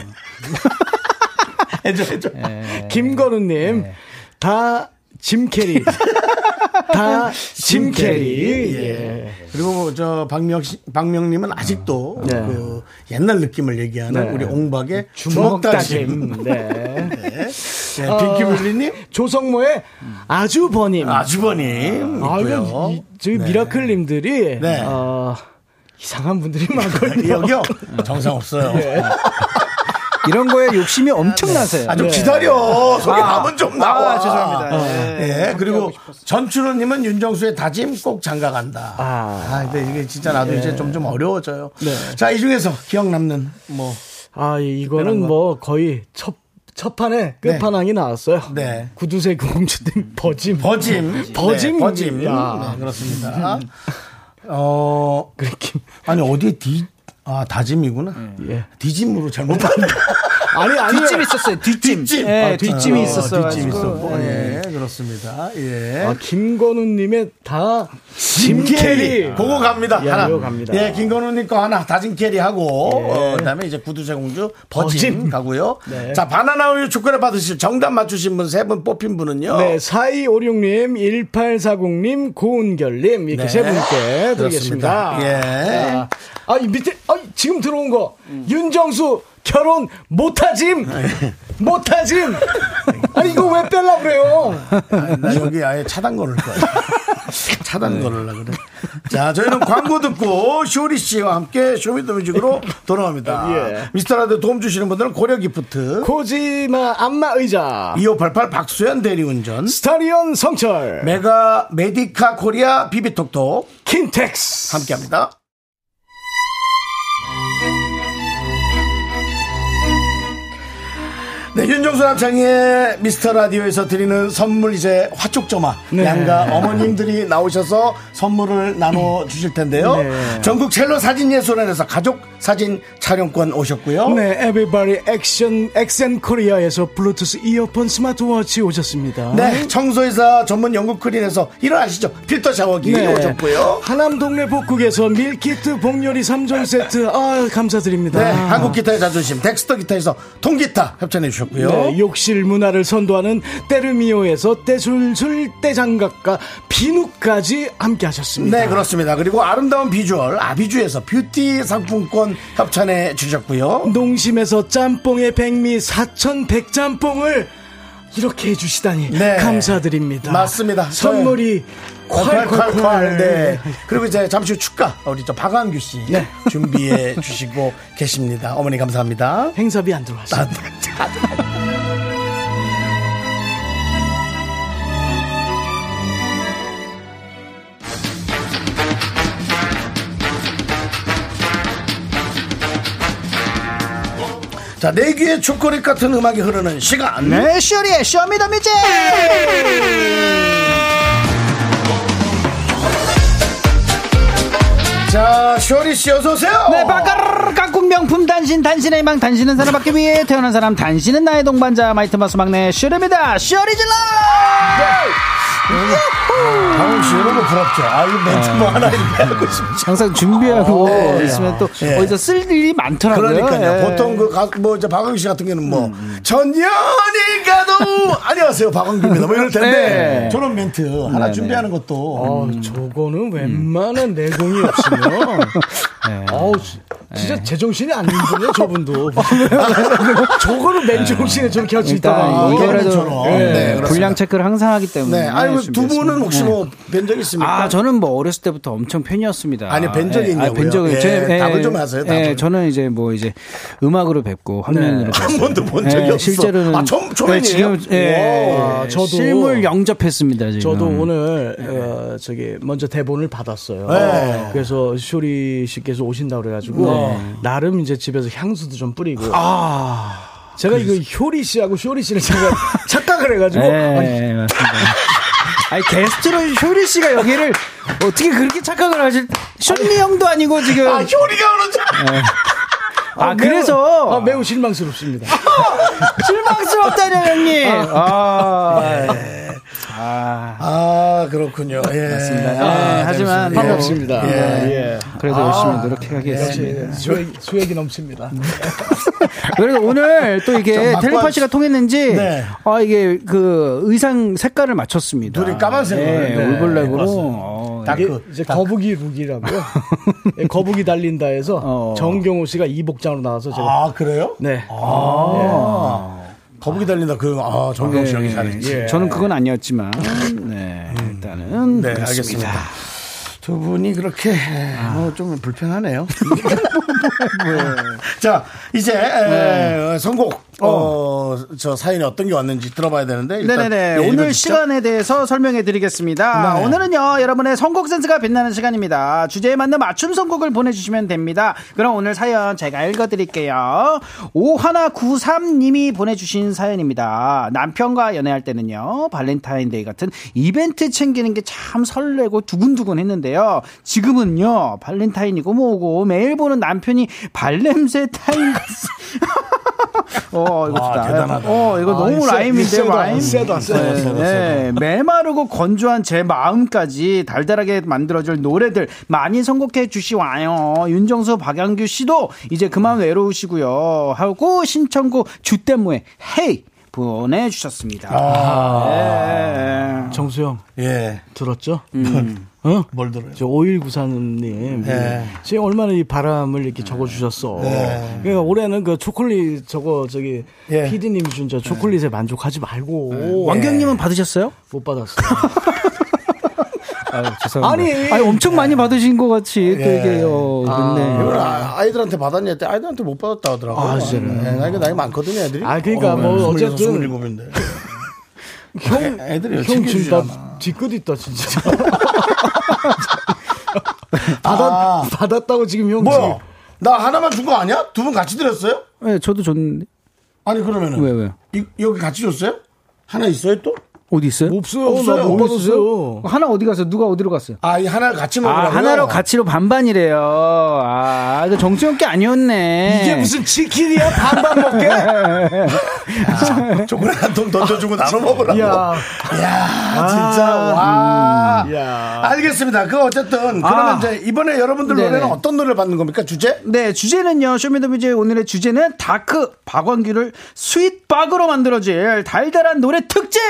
Speaker 2: 해줘 해줘.
Speaker 9: 네.
Speaker 3: 김건우님 다 짐캐리 다 짐캐리 예.
Speaker 2: 그리고 뭐저 박명 씨- 박명님은 아직도
Speaker 3: 네.
Speaker 2: 그 옛날 느낌을 얘기하는
Speaker 3: 네.
Speaker 2: 우리 옹박의
Speaker 3: 주먹
Speaker 2: 주먹다짐.
Speaker 3: 다짐 네.
Speaker 2: 네. 네, 빈키블리님
Speaker 3: 조성모의 아주버님 아,
Speaker 2: 아주버님
Speaker 3: 이거
Speaker 2: 있고요.
Speaker 3: 이- 저기 미라클님들이
Speaker 2: 네.
Speaker 3: 어, 이상한 분들이 많거든요
Speaker 2: 예, 여기요 정상 없어요.
Speaker 9: 예. 이런 거에 욕심이 엄청나세요. 네.
Speaker 2: 아 좀 기다려 소개 하면 좀 나와.
Speaker 9: 아, 죄송합니다. 네.
Speaker 2: 예, 그리고 전출호님은 윤정수의 다짐 꼭 장가 간다. 아,
Speaker 3: 아.
Speaker 2: 근데 이게 진짜 나도
Speaker 9: 예.
Speaker 2: 이제 좀 좀 어려워져요.
Speaker 9: 네.
Speaker 2: 자, 이 중에서 기억 남는 뭐,
Speaker 3: 아 이- 이거는 뭐 거의 첫 첫판에 끝판왕이 나왔어요
Speaker 2: 네. 음.
Speaker 3: 구두쇠 공주님 버짐
Speaker 2: 버짐,
Speaker 3: 버짐.
Speaker 2: 네, 버짐,
Speaker 3: 야.
Speaker 2: 네, 그렇습니다. 어, 아니 어디에 디, 아 다짐이구나.
Speaker 3: 예.
Speaker 2: 디짐으로 잘못 봤네.
Speaker 3: 아니 네, 아니
Speaker 9: 뒷짐 있었어요. 뒷짐.
Speaker 2: 뒷짐.
Speaker 9: 예,
Speaker 2: 아,
Speaker 9: 뒷짐이
Speaker 2: 어,
Speaker 9: 있었어요.
Speaker 2: 뒷짐
Speaker 9: 가지고.
Speaker 2: 있었고, 예, 그렇습니다. 예.
Speaker 3: 아, 김건우님의 다 짐캐리
Speaker 2: 보고 갑니다.
Speaker 3: 예,
Speaker 2: 하나.
Speaker 3: 이거 갑니다.
Speaker 2: 예, 김건우님 거 하나 다진 캐리 하고 어, 그다음에 이제 구두쇠 공주 버진,
Speaker 3: 버진.
Speaker 2: 가고요. 자, 바나나 우유 초콜릿 받으실 정답 맞추신 분 세 분 뽑힌 분은요.
Speaker 3: 네, 4256님, 1840님, 고은결님, 이렇게
Speaker 2: 네.
Speaker 3: 세 분께 드리겠습니다.
Speaker 2: 그렇습니다. 예.
Speaker 3: 자, 아, 이 밑에, 아, 지금 들어온 거. 윤정수, 결혼 못하짐! 못하짐! 아니, 이거 왜 빼려고 그래요?
Speaker 2: 아, 나 여기 아예 차단 걸을 거야. 차단 걸으려 그래. 자, 저희는 광고 듣고 쇼리 씨와 함께 쇼미더뮤직으로 돌아옵니다.
Speaker 3: 예.
Speaker 2: 미스터 라디오 도움 주시는 분들은 고려 기프트,
Speaker 3: 코지마 안마 의자.
Speaker 2: 2588 박수현 대리운전,
Speaker 3: 스타리온 성철.
Speaker 2: 메가 메디카 코리아 비비톡톡
Speaker 3: 킨텍스. 함께.
Speaker 2: 함께합니다. 네, 윤정수 남창희의 미스터 라디오에서 드리는 선물 이제 화촉점화
Speaker 3: 네.
Speaker 2: 양가 어머님들이 나오셔서 선물을 나눠 주실 텐데요.
Speaker 3: 네.
Speaker 2: 전국 첼로 사진 예술원에서 가족 사진 촬영권 오셨고요.
Speaker 3: 네, 에비바리 액션 액션 코리아에서 블루투스 이어폰 스마트워치 오셨습니다.
Speaker 2: 네, 청소회사 전문 영국 크린에서 이런 아시죠? 필터 샤워기
Speaker 3: 네.
Speaker 2: 오셨고요.
Speaker 3: 하남 동네 복국에서 밀키트 복요리 3종 세트 아 감사드립니다.
Speaker 2: 네, 한국 기타의 자존심 덱스터 기타에서 통기타 협찬해 주셨고요.
Speaker 3: 네, 욕실 문화를 선도하는 때르미오에서 때술술 때장갑과 비누까지 함께 하셨습니다.
Speaker 2: 네, 그렇습니다. 그리고 아름다운 비주얼 아비주에서 뷰티 상품권 협찬해 주셨고요.
Speaker 3: 농심에서 짬뽕의 백미 4100짬뽕을 이렇게 해주시다니
Speaker 2: 네.
Speaker 3: 감사드립니다.
Speaker 2: 맞습니다. 네.
Speaker 3: 선물이 콸콸콸.
Speaker 2: 콸콸콸. 네. 그리고 이제 잠시 후 축가 우리 저 박한규 씨
Speaker 3: 네.
Speaker 2: 준비해 주시고 계십니다. 어머니 감사합니다.
Speaker 3: 행사비 안 들어왔어요.
Speaker 2: 아, 자, 내 귀에 초콜릿 같은 음악이 흐르는 시간.
Speaker 10: 네, 쇼리의 쇼미더뮤직!
Speaker 2: 자, 쇼리 씨 어서 오세요.
Speaker 10: 네, 바까르르 깍꿍 명품 단신, 단신의 망, 단신은 사랑받기 위해 태어난 사람, 단신은 나의 동반자, 마이트마스 막내 쇼리입니다. 쇼리 질러!
Speaker 2: 강훈 네. 아, 씨 이런 거 부럽죠. 아, 이거 멘트 뭐 하나 이렇게 하고 싶
Speaker 10: 항상 준비하고
Speaker 2: 오,
Speaker 10: 있으면 또
Speaker 2: 예.
Speaker 10: 어디서 쓸 일이 많더라고요.
Speaker 2: 그러니까요.
Speaker 10: 예. 음,
Speaker 2: 보통 그, 가, 뭐, 이제 박광규 씨 같은 경우는 뭐, 전연이 가도, 안녕하세요, 박광규입니다. 뭐 이럴 텐데,
Speaker 10: 네.
Speaker 2: 저런 멘트 하나
Speaker 10: 네,
Speaker 2: 준비하는 것도.
Speaker 10: 음.
Speaker 3: 어, 저거는 웬만한 내공이 없으면
Speaker 10: 네.
Speaker 3: 어우 지- 진짜 제정신이 아닌군요 저분도 네. 저거를 맨정신에 저렇게 할 수
Speaker 10: 네. 일단
Speaker 3: 있다가 아,
Speaker 10: 이거라도 예.
Speaker 2: 그러면처럼. 네, 그렇습니다.
Speaker 10: 불량 체크를 항상 하기 때문에.
Speaker 2: 네. 아니, 뭐두 분은
Speaker 10: 준비했습니다.
Speaker 2: 혹시
Speaker 10: 네.
Speaker 2: 뭐, 뵌 적 있습니까?
Speaker 10: 아, 저는 뭐 어렸을 때부터 엄청 팬이었습니다.
Speaker 2: 아니, 뵌 적이
Speaker 10: 예,
Speaker 2: 있냐고요?
Speaker 10: 아, 뵌 적은
Speaker 2: 예,
Speaker 10: 제-
Speaker 2: 답을 좀 하세요,
Speaker 10: 예,
Speaker 2: 답을.
Speaker 10: 저는 이제 뭐 이제 음악으로 뵙고 화면으로 뵀어요.
Speaker 2: 한 번도 본 적이
Speaker 10: 예,
Speaker 2: 없어.
Speaker 10: 실제로는
Speaker 2: 아, 처음- 처음이에요?
Speaker 10: 예, 지금 예,
Speaker 3: 와,
Speaker 10: 예,
Speaker 3: 저도-
Speaker 10: 실물 영접했습니다. 지금.
Speaker 3: 저도 오늘
Speaker 10: 네.
Speaker 3: 어, 저기 먼저 대본을 받았어요.
Speaker 2: 네.
Speaker 3: 그래서 쇼리 씨께서 오신다 그래가지고
Speaker 10: 네.
Speaker 3: 나름 이제 집에서 향수도 좀 뿌리고.
Speaker 10: 아.
Speaker 3: 제가 이거 효리 씨하고 쇼리 씨를 제가 착각을 해가지고
Speaker 2: 어,
Speaker 3: 아니,
Speaker 10: 예, 맞습니다. 아니 게스트로 효리 씨가 여기를 어떻게 그렇게 착각을 하실? 쇼리 형도 아니고 지금
Speaker 2: 아, 효리가 오는 줄
Speaker 10: 네.
Speaker 2: 알았어요.
Speaker 10: 아,
Speaker 3: 매우-
Speaker 10: 그래서
Speaker 3: 아, 매우 실망스럽습니다.
Speaker 10: 실망스럽다요 형님. 아,
Speaker 2: 네. 아, 그렇군요. 예. 맞습니다.
Speaker 10: 예, 하지만
Speaker 3: 반갑습니다.
Speaker 10: 아,
Speaker 2: 예.
Speaker 3: 예.
Speaker 10: 그래도 열심히 노력하겠습니다.
Speaker 3: 네. 수액, 수액이 넘칩니다.
Speaker 10: 그래서 그러니까 오늘 또
Speaker 2: 좀
Speaker 10: 이게
Speaker 2: 막고
Speaker 10: 텔레파시가
Speaker 2: 할 수-
Speaker 10: 통했는지
Speaker 2: 네.
Speaker 10: 아 이게 그 의상 색깔을 맞췄습니다.
Speaker 2: 둘이 까만색으로
Speaker 10: 네,
Speaker 2: 했는데.
Speaker 10: 올블랙으로.
Speaker 2: 맞아요.
Speaker 10: 어,
Speaker 2: 딱
Speaker 3: 이게
Speaker 2: 그,
Speaker 3: 이제
Speaker 2: 딱
Speaker 3: 거북이 룩이라고요. 예, 거북이 달린다 해서
Speaker 10: 어.
Speaker 3: 정경호 씨가 이 복장으로 나와서 제가
Speaker 2: 아, 그래요?
Speaker 3: 네.
Speaker 2: 아. 거북이 달린다. 그, 아, 정경 씨 형이 잘했지. 음.
Speaker 10: 예. 저는 그건 아니었지만 네, 일단은
Speaker 2: 네,
Speaker 10: 그렇습니다.
Speaker 2: 알겠습니다. 두 분이 그렇게 어, 뭐좀 불편하네요. 자, 이제 에, 선곡 어, 저 사연이 어떤 게 왔는지 들어봐야 되는데 일단
Speaker 10: 네네네.
Speaker 2: 예,
Speaker 10: 오늘
Speaker 2: 읽어주시죠.
Speaker 10: 시간에 대해서 설명해 드리겠습니다.
Speaker 2: 네.
Speaker 10: 오늘은요, 여러분의 선곡 센스가 빛나는 시간입니다. 주제에 맞는 맞춤 선곡을 보내주시면 됩니다. 그럼 오늘 사연 제가 읽어 드릴게요. 5193님이 보내주신 사연입니다. 남편과 연애할 때는요, 발렌타인데이 같은 이벤트 챙기는 게 참 설레고 두근두근 했는데요. 지금은요, 발렌타인이고 뭐고 매일 보는 남편이 발냄새 타인 같습니다. 어, 이거
Speaker 2: 와,
Speaker 10: 좋다.
Speaker 2: 대단하다. 아,
Speaker 10: 어, 이거 너무
Speaker 3: 세-
Speaker 10: 라임인데
Speaker 3: 세다,
Speaker 10: 라임.
Speaker 3: 세다, 세다,
Speaker 10: 네,
Speaker 3: 세다,
Speaker 10: 네. 메마르고 건조한 제 마음까지 달달하게 만들어줄 노래들 많이 선곡해 주시와요. 윤정수, 박양규 씨도 이제 그만 외로우시고요. 하고 신청곡 주때무에 헤이 보내주셨습니다. 네.
Speaker 3: 정수영
Speaker 2: 예. 음.
Speaker 3: 들었죠? 어?
Speaker 2: 뭘 들어요?
Speaker 3: 저 5194님.
Speaker 2: 네.
Speaker 3: 지금 얼마나 이 바람을 이렇게 적어주셨어. 그러니까 올해는 그 초콜릿 저거 저기
Speaker 2: 예. 네.
Speaker 3: PD님이 준 저 초콜릿에 만족하지 말고. 예.
Speaker 10: 왕경님은 받으셨어요?
Speaker 3: 못 받았어요.
Speaker 10: 아유, 죄송합니다. 네.
Speaker 3: 아니.
Speaker 10: 아니, 엄청 많이 받으신 것 같이 또
Speaker 2: 예.
Speaker 10: 이게 어, 있네.
Speaker 2: 이걸 아- 아이들한테 받았냐 했더니 아이들한테 못 받았다 하더라고요. 아, 진짜요? 나이가 나이 많거든요, 애들이. 네.
Speaker 3: 아, 그러니까 뭐 어쨌든-
Speaker 2: 27인데.
Speaker 3: 형,
Speaker 2: 애들이
Speaker 3: 형 진짜
Speaker 2: 챙겨주잖아.
Speaker 3: 뒤끝 있다 진짜. 받았,
Speaker 2: 아.
Speaker 3: 받았다고 지금 형
Speaker 2: 뭐야? 나 하나만 준 거 아니야? 두 분 같이 드렸어요?
Speaker 10: 네, 저도 줬는데.
Speaker 2: 아니, 그러면은.
Speaker 10: 왜, 왜?
Speaker 2: 이, 여기 같이 줬어요? 하나 있어요, 또?
Speaker 10: 어디 있어요?
Speaker 3: 지금 없어요.
Speaker 2: 없어요.
Speaker 3: 나못 받았어요.
Speaker 9: 하나 어디 갔어요? 누가 어디로 갔어요?
Speaker 2: 아, 이 하나를 같이
Speaker 10: 아,
Speaker 2: 먹으라고요?
Speaker 10: 하나로 가치로 반반이래요. 아, 이거 정수영 게 아니었네.
Speaker 3: 이게 무슨 치킨이야? 반반 먹게?
Speaker 2: 초콜릿 한 통
Speaker 10: 아,
Speaker 2: 던져주고 나눠 먹으라고.
Speaker 3: 야.
Speaker 2: 야, 진짜 와.
Speaker 3: 야.
Speaker 2: 알겠습니다. 그 어쨌든 그러면
Speaker 10: 음, 아.
Speaker 2: 이제 이번에 여러분들
Speaker 10: 네네.
Speaker 2: 노래는 어떤 노래를 받는 겁니까? 주제?
Speaker 9: 네, 주제는요. 쇼미더뮤직 오늘의 주제는 다크 박원규를 스윗박으로 만들어질 달달한 노래 특집.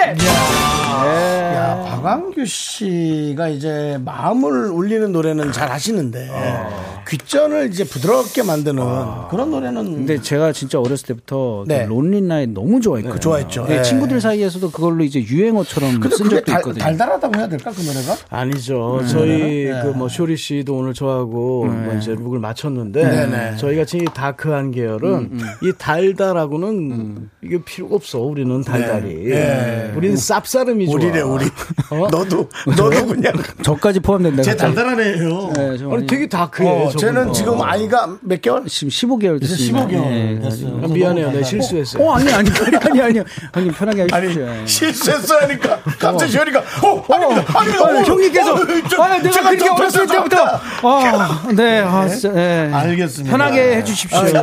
Speaker 10: 네.
Speaker 2: 야, 박광규 씨가 이제 마음을 울리는 노래는 잘 하시는데 귓전을 이제 부드럽게 만드는 그런 노래는
Speaker 10: 어. 아. 근데 제가 진짜 어렸을 때부터 그
Speaker 2: 네.
Speaker 10: 론리 나인 너무 좋아했거든요.
Speaker 2: 좋아했죠.
Speaker 10: 네,
Speaker 2: 예.
Speaker 10: 친구들 사이에서도 그걸로 이제 유행어처럼
Speaker 2: 근데
Speaker 10: 쓴
Speaker 2: 그게
Speaker 10: 적도
Speaker 2: 달,
Speaker 10: 있거든요.
Speaker 2: 달달하다고 해야 될까 그 노래가?
Speaker 3: 아니죠. 저희 그 뭐 쇼리 씨도 오늘 저하고 뭐 이제 룩을 맞췄는데 저희 같이 이 다크한 계열은 이 달달하고는 이게 필요가 없어. 우리는 달달이.
Speaker 2: 네.
Speaker 3: 우리는 쌉싸름이 좋아.
Speaker 2: 우리래 우리.
Speaker 3: 어?
Speaker 2: 너도 너도 그냥
Speaker 10: 저까지 포함된다.
Speaker 2: 제
Speaker 10: 갑자기.
Speaker 2: 달달하네요.
Speaker 10: 네, 저
Speaker 3: 아니
Speaker 10: 아니,
Speaker 3: 되게 다크해.
Speaker 2: 어,
Speaker 3: 저분도.
Speaker 2: 쟤는 지금 아이가 몇 개월?
Speaker 10: 지금 15개월
Speaker 2: 이제
Speaker 10: 됐습니다.
Speaker 2: 15개월
Speaker 10: 예,
Speaker 2: 됐어요.
Speaker 10: 아직.
Speaker 3: 아, 미안해요. 내가 실수했어요.
Speaker 10: 어, 아니, 아니, 아니, 아니, 아니요. 형님 편하게
Speaker 2: 아니
Speaker 10: 하십시오. 예.
Speaker 2: 실수했어 하니까 갑자기 시원이가 어 아닙니다 아닙니다
Speaker 10: 아,
Speaker 2: 어,
Speaker 10: 형님께서
Speaker 2: 어, 저-
Speaker 10: 아, 내가
Speaker 2: 제가
Speaker 10: 그렇게
Speaker 2: 좀
Speaker 10: 어렸을
Speaker 2: 더
Speaker 10: 때부터
Speaker 2: 좋았다.
Speaker 10: 아, 네, 아, 진짜, 예.
Speaker 2: 알겠습니다. 네.
Speaker 10: 편하게 해주십시오. 예.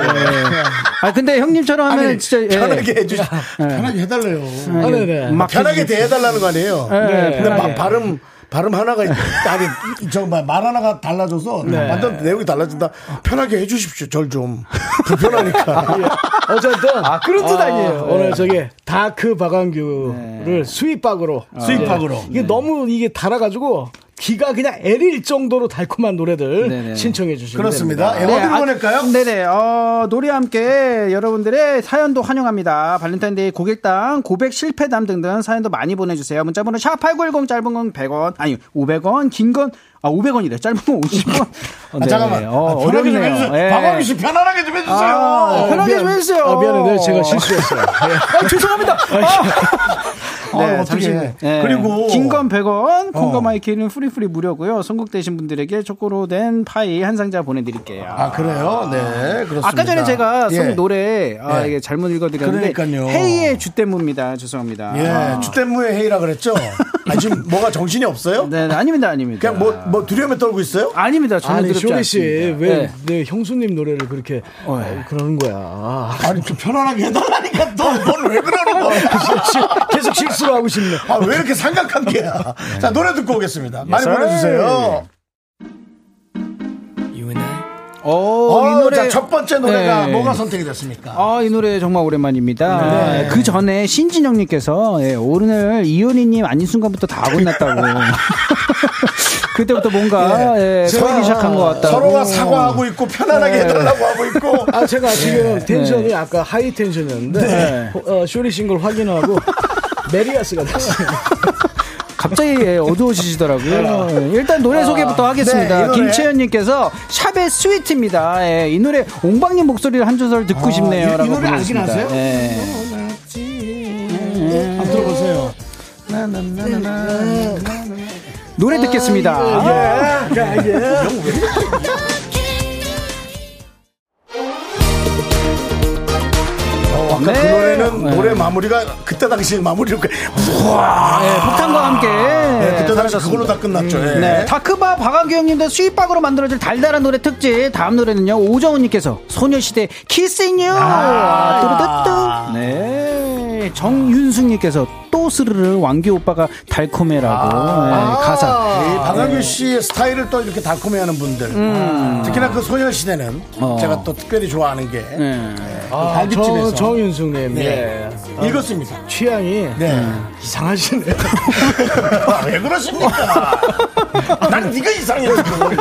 Speaker 10: 아, 근데 형님처럼 하면
Speaker 2: 아니,
Speaker 10: 진짜 예.
Speaker 9: 네,
Speaker 2: 편하게 해주시 아, 편하게 해달래요
Speaker 10: 아,
Speaker 3: 네네.
Speaker 10: 막
Speaker 2: 편하게 대해달라는 거 아니에요
Speaker 10: 네,
Speaker 2: 근데 막 발음 발음 하나가 아니 저말 말 하나가 달라져서
Speaker 10: 네.
Speaker 2: 완전 내용이 달라진다 편하게 해주십시오 절 좀
Speaker 10: 아,
Speaker 2: 불편하니까
Speaker 3: 어쨌든 아
Speaker 10: 그런 뜻 아니에요.
Speaker 3: 오늘 저기 다크 박완규를 수입박으로
Speaker 2: 수입박으로.
Speaker 3: 이게 너무 이게 달아가지고 귀가 그냥 애릴 정도로 달콤한 노래들 신청해 주시면
Speaker 2: 그렇습니다 예,
Speaker 9: 네,
Speaker 2: 어디로
Speaker 9: 아,
Speaker 2: 보낼까요?
Speaker 9: 네네. 어, 노래와 함께 여러분들의 사연도 환영합니다. 발렌타인데이 고객당, 고백 실패담 등등 사연도 많이 보내주세요. 문자번호 샵8910 짧은 건 100원, 아니, 500원, 긴 건, 아, 500원이래. 짧은 건 50원. 네.
Speaker 10: 아,
Speaker 2: 아, 잠깐만
Speaker 10: 어,
Speaker 2: 아, 편하게 좀
Speaker 10: 어렵네요.
Speaker 2: 해주세요
Speaker 10: 예.
Speaker 2: 박광규 씨 편안하게 좀 해주세요
Speaker 9: 아, 편하게 좀 해주세요.
Speaker 3: 됩니다. 아, 미안해, 내가 제가 실수했어요.
Speaker 9: 아, 죄송합니다.
Speaker 2: 네,
Speaker 9: 네, 잠시
Speaker 2: 어떻게.
Speaker 9: 네.
Speaker 2: 그리고 어.
Speaker 9: 긴 건 100원, 콩과 마이키는 프리프리 무료고요. 선곡되신 분들에게 초코로 된 파이 한 상자 보내드릴게요.
Speaker 2: 아 그래요? 네 그렇습니다.
Speaker 9: 아까 전에 제가
Speaker 2: 예.
Speaker 9: 송 노래 아,
Speaker 2: 예.
Speaker 9: 이게 잘못 읽어드렸는데
Speaker 2: 그러니까요.
Speaker 9: 헤이의 주대무입니다. 죄송합니다.
Speaker 10: 아.
Speaker 9: 아.
Speaker 2: 예, 주댐무의 회의라 그랬죠. 아 지금 뭐가 정신이 없어요?
Speaker 9: 네, 네, 아닙니다, 아닙니다.
Speaker 2: 그냥 뭐 뭐 두려움에 떨고 있어요?
Speaker 9: 아닙니다. 전혀
Speaker 3: 아니
Speaker 9: 두렵지
Speaker 3: 쇼리 씨
Speaker 9: 않습니다.
Speaker 3: 왜 내
Speaker 9: 네.
Speaker 3: 형수님 노래를 그렇게 어, 그러는 거야?
Speaker 2: 아니 좀 편안하게 해달라니까 너넌왜 그러는 거야?
Speaker 3: 계속 실수를 하고 싶네.
Speaker 2: 아왜 이렇게 삼각한 게야? 자 노래 듣고 오겠습니다. 많이 보내주세요.
Speaker 10: 어, 이
Speaker 2: 어,
Speaker 10: 노래
Speaker 2: 자첫 번째 노래가
Speaker 10: 네.
Speaker 2: 뭐가 선택이 됐습니까?
Speaker 10: 아, 이 노래 정말 오랜만입니다.
Speaker 2: 네.
Speaker 10: 그 전에 신진영님께서 예, 오늘 이효리님 아닌 순간부터 다 혼났다고. 그때부터 뭔가 예,
Speaker 2: 서로-
Speaker 10: 꼬이기 시작한 것 같다고.
Speaker 2: 서로가 사과하고 있고 편안하게 해달라고 하고 있고
Speaker 3: 아 제가 지금 텐션이 아까 하이 텐션이었는데 어, 어, 쇼리 씨인 걸 확인하고 메리아스가 됐어요.
Speaker 10: 갑자기 예, 어두워지시더라고요. 예, 일단 노래 소개부터
Speaker 2: 네, 이
Speaker 10: 하겠습니다.
Speaker 2: 노래.
Speaker 10: 김채연님께서 샵의 스위트입니다. 예, 이 노래 옹방님 목소리를 한 조절 듣고 싶네요.
Speaker 2: 아, 이- 이
Speaker 10: 라고
Speaker 2: 노래 알긴
Speaker 10: 보내주셨습니다.
Speaker 2: 아세요?
Speaker 10: 예.
Speaker 2: 한번 들어보세요. 나나나나나.
Speaker 10: 노래
Speaker 2: 아, 예,
Speaker 10: 듣겠습니다.
Speaker 2: 어, 아까 그
Speaker 10: 네.
Speaker 2: 노래는 노래 마무리가 그때 당시 마무리로
Speaker 10: 예, 폭탄과 함께
Speaker 2: 아. 네, 그때 당시 그걸로 다 끝났죠. 예.
Speaker 10: 네. 다크바 박한규 형님들 수입박으로 만들어질 달달한 노래 특집. 다음 노래는요. 오정훈님께서 소녀시대 키싱 유. 아~ 뚜루뚜뚜. 네. 정윤숙님께서 또 스르르 왕규 오빠가 달콤해라고
Speaker 2: 아.
Speaker 10: 네, 가사.
Speaker 2: 이 박완규 씨의 스타일을 또 이렇게 달콤해하는 분들
Speaker 10: 음.
Speaker 2: 특히나 그 소녀시대는
Speaker 10: 어.
Speaker 2: 제가 또 특별히 좋아하는 게
Speaker 10: 네.
Speaker 2: 네.
Speaker 3: 아, 저 정윤숙님 예.
Speaker 2: 읽었습니다.
Speaker 3: 취향이
Speaker 2: 네.
Speaker 3: 이상하시네요.
Speaker 2: 아, 왜 그러십니까? 난 네가 이상해. 지금.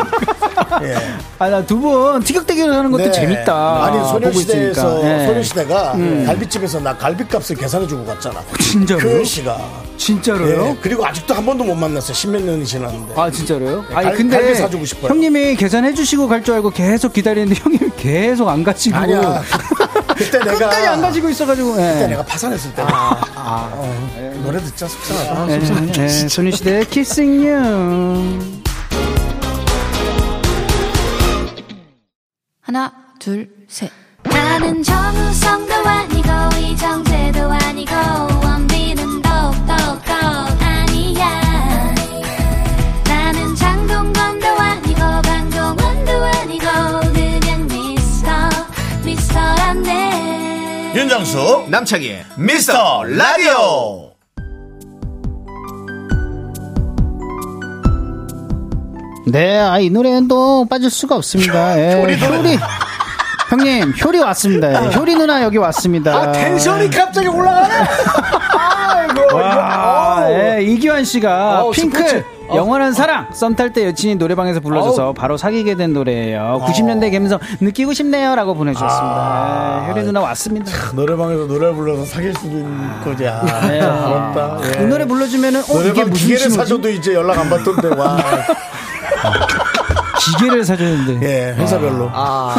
Speaker 2: 예.
Speaker 10: 아, 두 분 티격태격을 하는 것도
Speaker 2: 네.
Speaker 10: 재밌다.
Speaker 2: 아니
Speaker 10: 보고
Speaker 2: 소녀시대에서
Speaker 10: 있으니까. 네.
Speaker 2: 소녀시대가 갈비집에서 나 갈비값을 계산해 주고 갔잖아.
Speaker 10: 진짜로요?
Speaker 2: 그 씨가.
Speaker 10: 진짜로요?
Speaker 2: 예. 그리고 아직도 한 번도 못 만났어요. 십몇 년이 지났는데.
Speaker 10: 아 진짜로요?
Speaker 2: 네,
Speaker 10: 아니
Speaker 2: 갈-
Speaker 10: 근데
Speaker 2: 갈비 사주고 싶어요.
Speaker 10: 형님이 계산해주시고 갈 줄 알고 계속 기다리는데 형님이 계속 안 가시고
Speaker 2: 아니야. 그때 내가
Speaker 10: 끝까지 아, 아. 안 가시고 있어가지고
Speaker 2: 그때
Speaker 10: 예.
Speaker 2: 내가 파산했을 때. 어, 노래 듣자 속상하다.
Speaker 10: 예, 예, 소녀시대 키싱 유
Speaker 6: 하나, 둘, 셋. 나는 정우성도 아니고, 이정재도 아니고, 원빈은 더욱더 아니야. 나는 장동건도 아니고, 강동원도 아니고, 그냥 미스터, 미스터란데.
Speaker 11: 윤정수 남창희의 미스터 라디오
Speaker 10: 네, 아, 이 노래는 또 빠질 수가 없습니다. 예, 효리. 형님, 효리 왔습니다. 예, 효리 누나 여기 왔습니다.
Speaker 2: 텐션이 갑자기 올라가네.
Speaker 10: 와, 예, 이기환 씨가
Speaker 3: 어우,
Speaker 10: 핑클
Speaker 3: 스포츠.
Speaker 10: 영원한 사랑 썸 탈 때 여친이 노래방에서 불러줘서 바로 사귀게 된 노래예요. 90년대 감성 느끼고 싶네요라고 보내주셨습니다. 예, 효리 누나 왔습니다.
Speaker 2: 그 노래방에서 노래를 불러서 사귈 수도 있는 거냐.
Speaker 10: 예.
Speaker 2: 부럽다. 예.
Speaker 10: 이 노래 불러주면은 어 이게
Speaker 2: 노래방
Speaker 10: 무슨
Speaker 2: 기계를
Speaker 10: 신호지?
Speaker 2: 사줘도 이제 연락 안 받던데 와.
Speaker 10: 기계를 사줬는데
Speaker 2: 예, 회사별로. 아.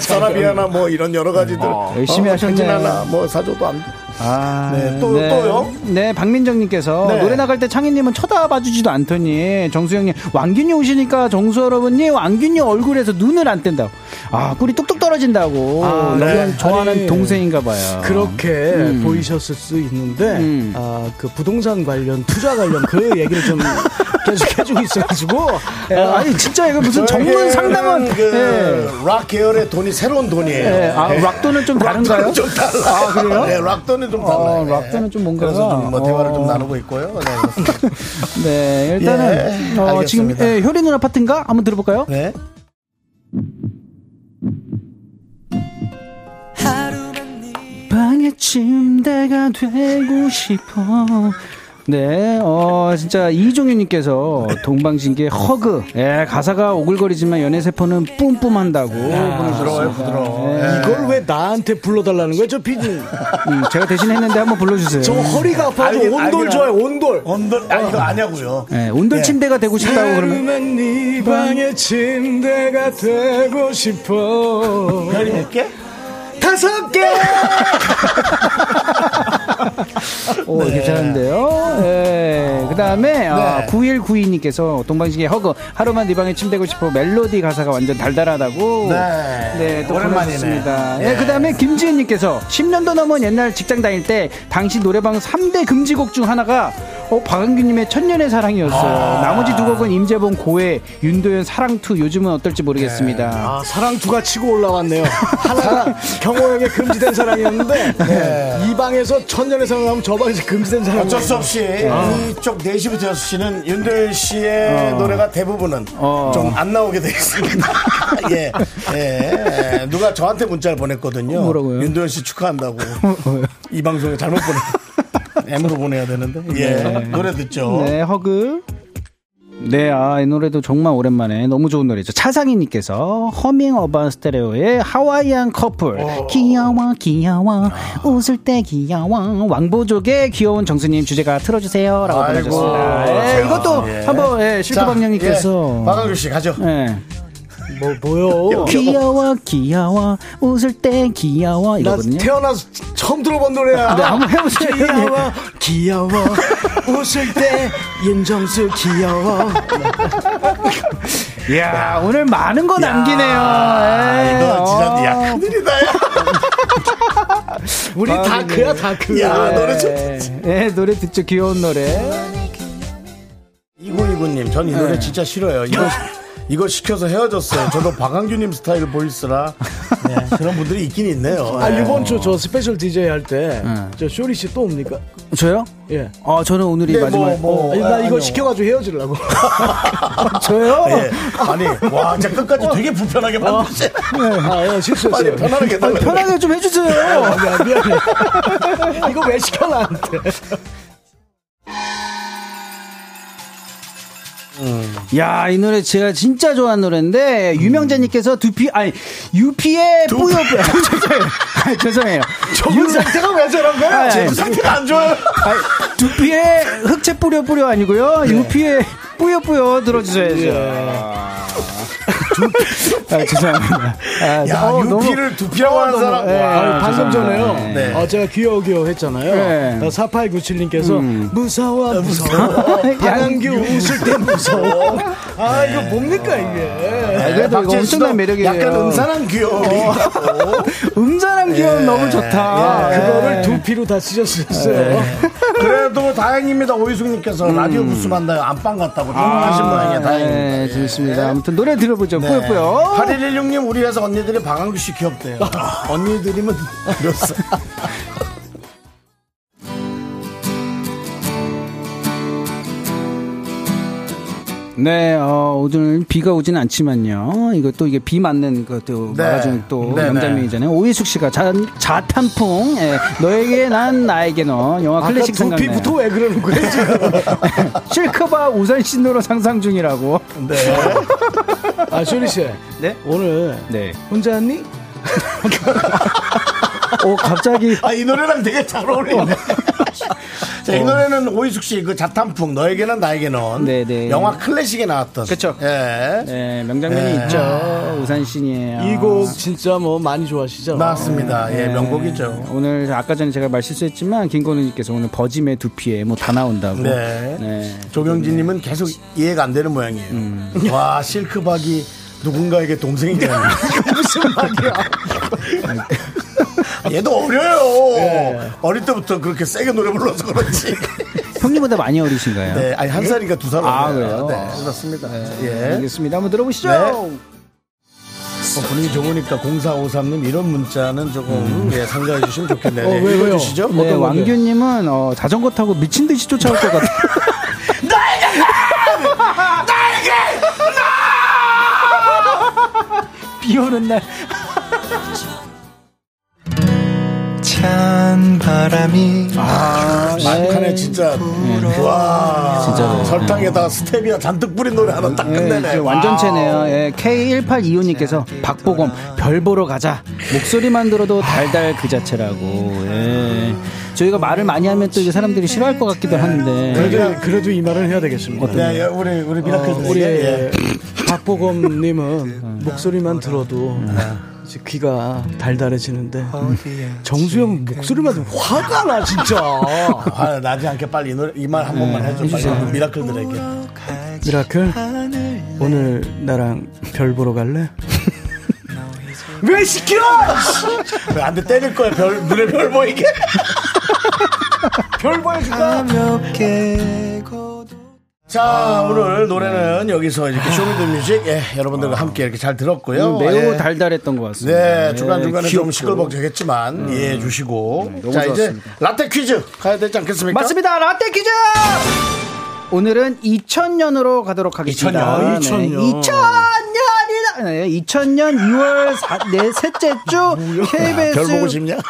Speaker 2: 사람이나 뭐 이런 여러 가지들
Speaker 10: 열심히
Speaker 2: 어,
Speaker 10: 하셨네.
Speaker 2: 사진 하나 뭐 사줘도 안 돼.
Speaker 10: 아,
Speaker 2: 네, 또- 또요?
Speaker 10: 네, 박민정님께서
Speaker 2: 네.
Speaker 10: 노래 나갈 때 창희님은 쳐다봐주지도 않더니 정수영님 왕균이 오시니까 정수 여러분이 왕균이 얼굴에서 눈을 안 뗀다고. 아, 꿀이 뚝뚝 떨어진다고.
Speaker 3: 아,
Speaker 10: 이건
Speaker 2: 네.
Speaker 10: 좋아하는
Speaker 3: 아니,
Speaker 10: 동생인가봐요.
Speaker 3: 그렇게 보이셨을 수 있는데
Speaker 10: 음.
Speaker 3: 아, 그 부동산 관련 투자 관련 그 얘기를 좀 계속 해주고 있어가지고 예, 아니 진짜 이거 무슨 전문 상담은 예.
Speaker 2: 그 그락 계열의 돈이 새로운 돈이에요.
Speaker 10: 예, 아, 락도는 좀 다른가요?
Speaker 2: 락도는 좀 달라.
Speaker 10: 아, 그래요?
Speaker 2: 네, 락도는 좀 달라.
Speaker 10: 어, 락도는 좀 뭔가. 어.
Speaker 2: 그래서 좀 뭐 대화를 좀 나누고 있고요. 네, 그렇습니다.
Speaker 10: 네, 일단은
Speaker 2: 예,
Speaker 10: 어, 지금
Speaker 2: 알겠습니다.
Speaker 10: 예, 효리 누나 파트인가? 한번 들어볼까요?
Speaker 2: 네.
Speaker 10: 방에 침대가 되고 싶어. 네, 어, 진짜, 이종윤님께서 동방신기의 허그. 예, 가사가 오글거리지만 연애세포는 뿜뿜한다고 보내주셨어요. 부드러워.
Speaker 2: 네.
Speaker 3: 이걸 왜 나한테 불러달라는 거예요 저 피디
Speaker 10: 음, 제가 대신 했는데 한번 불러주세요.
Speaker 3: 저 허리가 아파서
Speaker 2: 알긴,
Speaker 3: 온돌
Speaker 2: 알긴
Speaker 3: 좋아해 온돌
Speaker 2: 언더 아 이거 아냐고요.
Speaker 10: 예, 온돌 침대가 되고 싶다고
Speaker 3: 네.
Speaker 10: 그러면.
Speaker 3: 그러면 네 방에 침대가 되고 싶어
Speaker 2: 별이 게
Speaker 3: 다섯 개
Speaker 10: 오, 괜찮은데요? 예. 그 다음에,
Speaker 2: 네.
Speaker 10: 아, 9192님께서 동방신기의 허그. 하루만 네 방에 침대고 싶어. 멜로디 가사가 완전 달달하다고.
Speaker 2: 네.
Speaker 10: 네, 또
Speaker 2: 오랜만이네.
Speaker 10: 보내주셨습니다. 네,
Speaker 2: 예.
Speaker 10: 그 다음에 김지은님께서 10년도 넘은 옛날 직장 다닐 때 당시 노래방 3대 금지곡 중 하나가 어, 박은규님의 천년의 사랑이었어요.
Speaker 2: 아.
Speaker 10: 나머지 두 곡은 임재범 고해, 윤도현 사랑투 요즘은 어떨지
Speaker 2: 네.
Speaker 10: 모르겠습니다.
Speaker 3: 아 사랑 두가 치고 올라왔네요 하나가 경호형의 금지된 사랑이었는데 이 방에서 천년의 사랑 하면 저 방에서 금지된 사랑
Speaker 2: 어쩔 수 없이
Speaker 10: 아.
Speaker 2: 이쪽 4시부터 6시는 윤도현 씨의
Speaker 10: 어.
Speaker 2: 노래가 대부분은 좀 안 나오게 되어 있습니다. 예, 예, 예. 누가 저한테 문자를 보냈거든요.
Speaker 10: 어, 뭐라고요?
Speaker 2: 윤도현 씨 축하한다고. 이 방송에 잘못 보내. M으로 보내야 되는데. 예. 노래 듣죠.
Speaker 10: 네, 허그. 네, 아, 이 노래도 정말 오랜만에 너무 좋은 노래죠. 차상희님께서 허밍 어반 스테레오의 하와이안 커플.
Speaker 2: 어.
Speaker 10: 귀여워, 귀여워, 웃을 때 귀여워. 왕보족의 귀여운 정수님 주제가 틀어주세요. 라고
Speaker 2: 아이고,
Speaker 10: 보내주셨습니다. 예,
Speaker 2: 자,
Speaker 10: 이것도
Speaker 2: 예.
Speaker 10: 한번, 예,
Speaker 2: 자,
Speaker 10: 실크방령님께서.
Speaker 2: 예. 박한규 씨 가죠.
Speaker 10: 예.
Speaker 3: 뭐 뭐요
Speaker 10: 귀여워, 귀여워, 웃을 때 귀여워.
Speaker 3: 나
Speaker 10: 이거거든요.
Speaker 3: 태어나서 처음 들어본 노래야
Speaker 10: 네, 한번 해보세요.
Speaker 3: 귀여워 귀여워 웃을 때 윤정수 귀여워
Speaker 10: 야, 오늘 많은 거 남기네요. 예.
Speaker 2: 이거
Speaker 10: 어.
Speaker 2: 진짜 야 큰일이다. 야.
Speaker 3: 우리 다 그야 다 그.
Speaker 2: 야, 노래 좀.
Speaker 10: 예, 노래 듣죠. 귀여운 노래.
Speaker 2: 2929님, 전 이 노래
Speaker 10: 네.
Speaker 2: 진짜 싫어요. 이거, 이거 시켜서 헤어졌어요. 저도 박한규님 스타일 보이스라. 네, 그런 분들이 있긴 있네요. 네.
Speaker 3: 아
Speaker 2: 예.
Speaker 3: 이번 주 저 스페셜 DJ 할 때 저 쇼리 씨 또 옵니까?
Speaker 10: 저요?
Speaker 3: 예.
Speaker 10: 어, 저는 오늘이
Speaker 2: 네,
Speaker 10: 마지막.
Speaker 2: 뭐, 뭐.
Speaker 3: 어, 아니, 나
Speaker 2: 어, 아니요.
Speaker 3: 이거 시켜가지고 헤어지려고.
Speaker 10: 저요?
Speaker 2: 예. 아니, 와, 진짜
Speaker 10: 어.
Speaker 2: 끝까지 되게 불편하게 만드세요.
Speaker 3: 아, 예,
Speaker 2: 빨리
Speaker 3: 실수했어요.
Speaker 2: 편안하게 해달라고.
Speaker 10: 그렇죠. 편하게 좀 해주세요.
Speaker 3: 아, 미안해. 이거 왜 시켜 나한테?
Speaker 10: 음. 야, 이 노래 제가 진짜 좋아하는 노래인데
Speaker 2: 음.
Speaker 10: 유명자님께서 두피 아니 유피의 뿌요 죄송해요. 아니, 죄송해요.
Speaker 2: 정신 상태가 왜 저런 거야?
Speaker 10: 아,
Speaker 2: 지금
Speaker 10: 예.
Speaker 2: 상태가 안 좋아요.
Speaker 10: 아니, 두피의 흑채 뿌려 뿌려 아니고요.
Speaker 2: 네.
Speaker 10: 유피의 뿌요 뿌요 들어주셔야죠. 아, 죄송합니다. 아,
Speaker 2: 야,
Speaker 10: 어, 너무-
Speaker 2: 유피를 두피라고 하는 사람.
Speaker 10: 예.
Speaker 2: 와.
Speaker 10: 아유,
Speaker 3: 방금 전에요.
Speaker 2: 네.
Speaker 3: 어, 제가 귀여워 귀여워 했잖아요.
Speaker 10: 네.
Speaker 3: 4897님께서
Speaker 2: 음.
Speaker 3: 무서워 무서워.
Speaker 10: 야,
Speaker 3: 박한규 웃을 때
Speaker 2: 네.
Speaker 3: 무서워. 아 이거 뭡니까 이게.
Speaker 10: 아, 그래도 이거
Speaker 2: 박지현 씨도
Speaker 10: 엄청난 매력이에요.
Speaker 2: 약간 음산한 귀여움이 있다고. 네.
Speaker 10: 음산한 귀여움 너무 좋다.
Speaker 2: 예.
Speaker 3: 그거를 두피로 다 쓰셨어요.
Speaker 2: 그래도 다행입니다. 오희숙님께서 라디오 부스 만나요. 안방 같다고 조용하신 모양이에요. 다행입니다.
Speaker 10: 음. 아.
Speaker 2: 예.
Speaker 10: 네, 좋습니다. 아무튼 노래 들어보죠.
Speaker 2: 네.
Speaker 10: 뿌요 뿌요.
Speaker 2: 8116님 우리 회사 언니들이 방한규 씨 귀엽대요. 언니들이면 늘었어.
Speaker 10: 네, 어, 오늘 비가 오진 않지만요. 이것도 이게 비 맞는 것도
Speaker 2: 네.
Speaker 10: 막아주는 또
Speaker 2: 네,
Speaker 10: 명장면이잖아요. 오희숙 씨가 자, 자탄풍, 예, 너에게 난 나에게 너 영화
Speaker 3: 아까
Speaker 10: 클래식 생각나요.
Speaker 3: 두피부터 왜 그러는 거예요 지금?
Speaker 10: 실크바 우산 신도로 상상 중이라고.
Speaker 2: 네.
Speaker 3: 아 쇼리 씨.
Speaker 10: 네?
Speaker 3: 오늘
Speaker 10: 네.
Speaker 3: 혼자 왔니?
Speaker 10: 오, 어, 갑자기
Speaker 2: 아, 이 노래랑 되게 잘 어울리네. 자, 이 노래는 오희숙 씨 그 자탄풍 너에게는 나에게는
Speaker 10: 어. 네, 네.
Speaker 2: 영화 클래식에 나왔던.
Speaker 10: 그쵸.
Speaker 2: 예.
Speaker 10: 네, 명장면이
Speaker 2: 예.
Speaker 10: 있죠. 우산 신이에요.
Speaker 2: 네.
Speaker 3: 이 곡 진짜 뭐 많이 좋아하시죠?
Speaker 2: 나왔습니다. 예, 명곡이죠.
Speaker 10: 네, 오늘 아까 전에 제가 말 실수했지만 김건우님께서 오늘 버짐의 두피에 뭐 다 나온다고.
Speaker 2: 네.
Speaker 10: 네.
Speaker 2: 조경진님은 계속 이해가 안 되는 모양이에요.
Speaker 10: 음.
Speaker 2: 와 실크박이 누군가에게 동생이잖아요. 무슨 말이야? 아, 얘도 어려요.
Speaker 10: 네.
Speaker 2: 어릴 때부터 그렇게 세게 노래 불러서 그런지.
Speaker 10: 형님보다 많이 어리신가요?
Speaker 2: 네, 아니 한 살이니까 두 살.
Speaker 10: 아,
Speaker 2: 어려요.
Speaker 10: 그래요?
Speaker 2: 네, 그렇습니다. 예.
Speaker 10: 알겠습니다. 한번 들어보시죠.
Speaker 2: 네. 어, 분위기 좋으니까 0453님 이런 문자는 조금
Speaker 10: 음.
Speaker 2: 예, 상가해 주시면 좋겠네요.
Speaker 3: 어,
Speaker 2: 네,
Speaker 3: 왜, 왜요?
Speaker 2: 읽어주시죠.
Speaker 10: 네,
Speaker 2: 어떤 건데?
Speaker 10: 왕규님은 어, 자전거 타고 미친 듯이 쫓아올 것 같아요. 비 오는 날.
Speaker 8: 찬 바람이
Speaker 10: 아,
Speaker 2: 아,
Speaker 10: 네.
Speaker 2: 막판에 진짜 와
Speaker 10: 진짜로.
Speaker 2: 설탕에다가 스테비아 잔뜩 뿌린 노래 하나 딱
Speaker 10: 예,
Speaker 2: 끝내네.
Speaker 10: 네. 이제 완전체네요. 예, K1825님께서 박보검 별 보러 가자. 목소리만 들어도 달달 그 자체라고. 예. 저희가 말을 많이 하면 또 이제
Speaker 2: 아,
Speaker 10: 사람들이 싫어할 것 같기도
Speaker 2: 그렇죠.
Speaker 10: 한데.
Speaker 3: 그래도, 그래도 이 말은 해야 되겠습니다.
Speaker 2: 네, 예, 우리 우리 미라클
Speaker 3: 어,
Speaker 10: 예,
Speaker 3: 우리 박보검님은 목소리만 들어도 이제 귀가 달달해지는데 음. 정수영 목소리만 들으면 화가 나 진짜.
Speaker 2: 아, 나지 않게 빨리 이 말 한 번만 해줘 빨리 미라클들에게.
Speaker 3: 미라클 오늘 나랑 별 보러 갈래? 왜 시켜?
Speaker 2: 왜 안돼 때릴 거야 별 눈에 별 보이게.
Speaker 3: 별 보여줄까?
Speaker 2: 자 오늘 노래는 여기서 이렇게 쇼미더뮤직 예, 여러분들과 함께 이렇게 잘 들었고요.
Speaker 10: 아. 음, 매우
Speaker 2: 예.
Speaker 10: 달달했던 것 같습니다.
Speaker 2: 네,
Speaker 10: 예,
Speaker 2: 중간 중간에 좀
Speaker 10: 귀엽고.
Speaker 2: 시끌벅적했지만 이해해 주시고
Speaker 10: 네, 너무
Speaker 2: 자
Speaker 10: 좋았습니다.
Speaker 2: 이제 라떼 퀴즈 가야 되지 않겠습니까?
Speaker 10: 맞습니다. 라떼 퀴즈! 오늘은 2000년으로 가도록
Speaker 2: 2000년, 아,
Speaker 10: 하겠습니다.
Speaker 2: 2000년.
Speaker 10: 2000년이다. 네, 2000년 2월 사, 네, 셋째 주 KBS
Speaker 2: 별 보고 싶냐?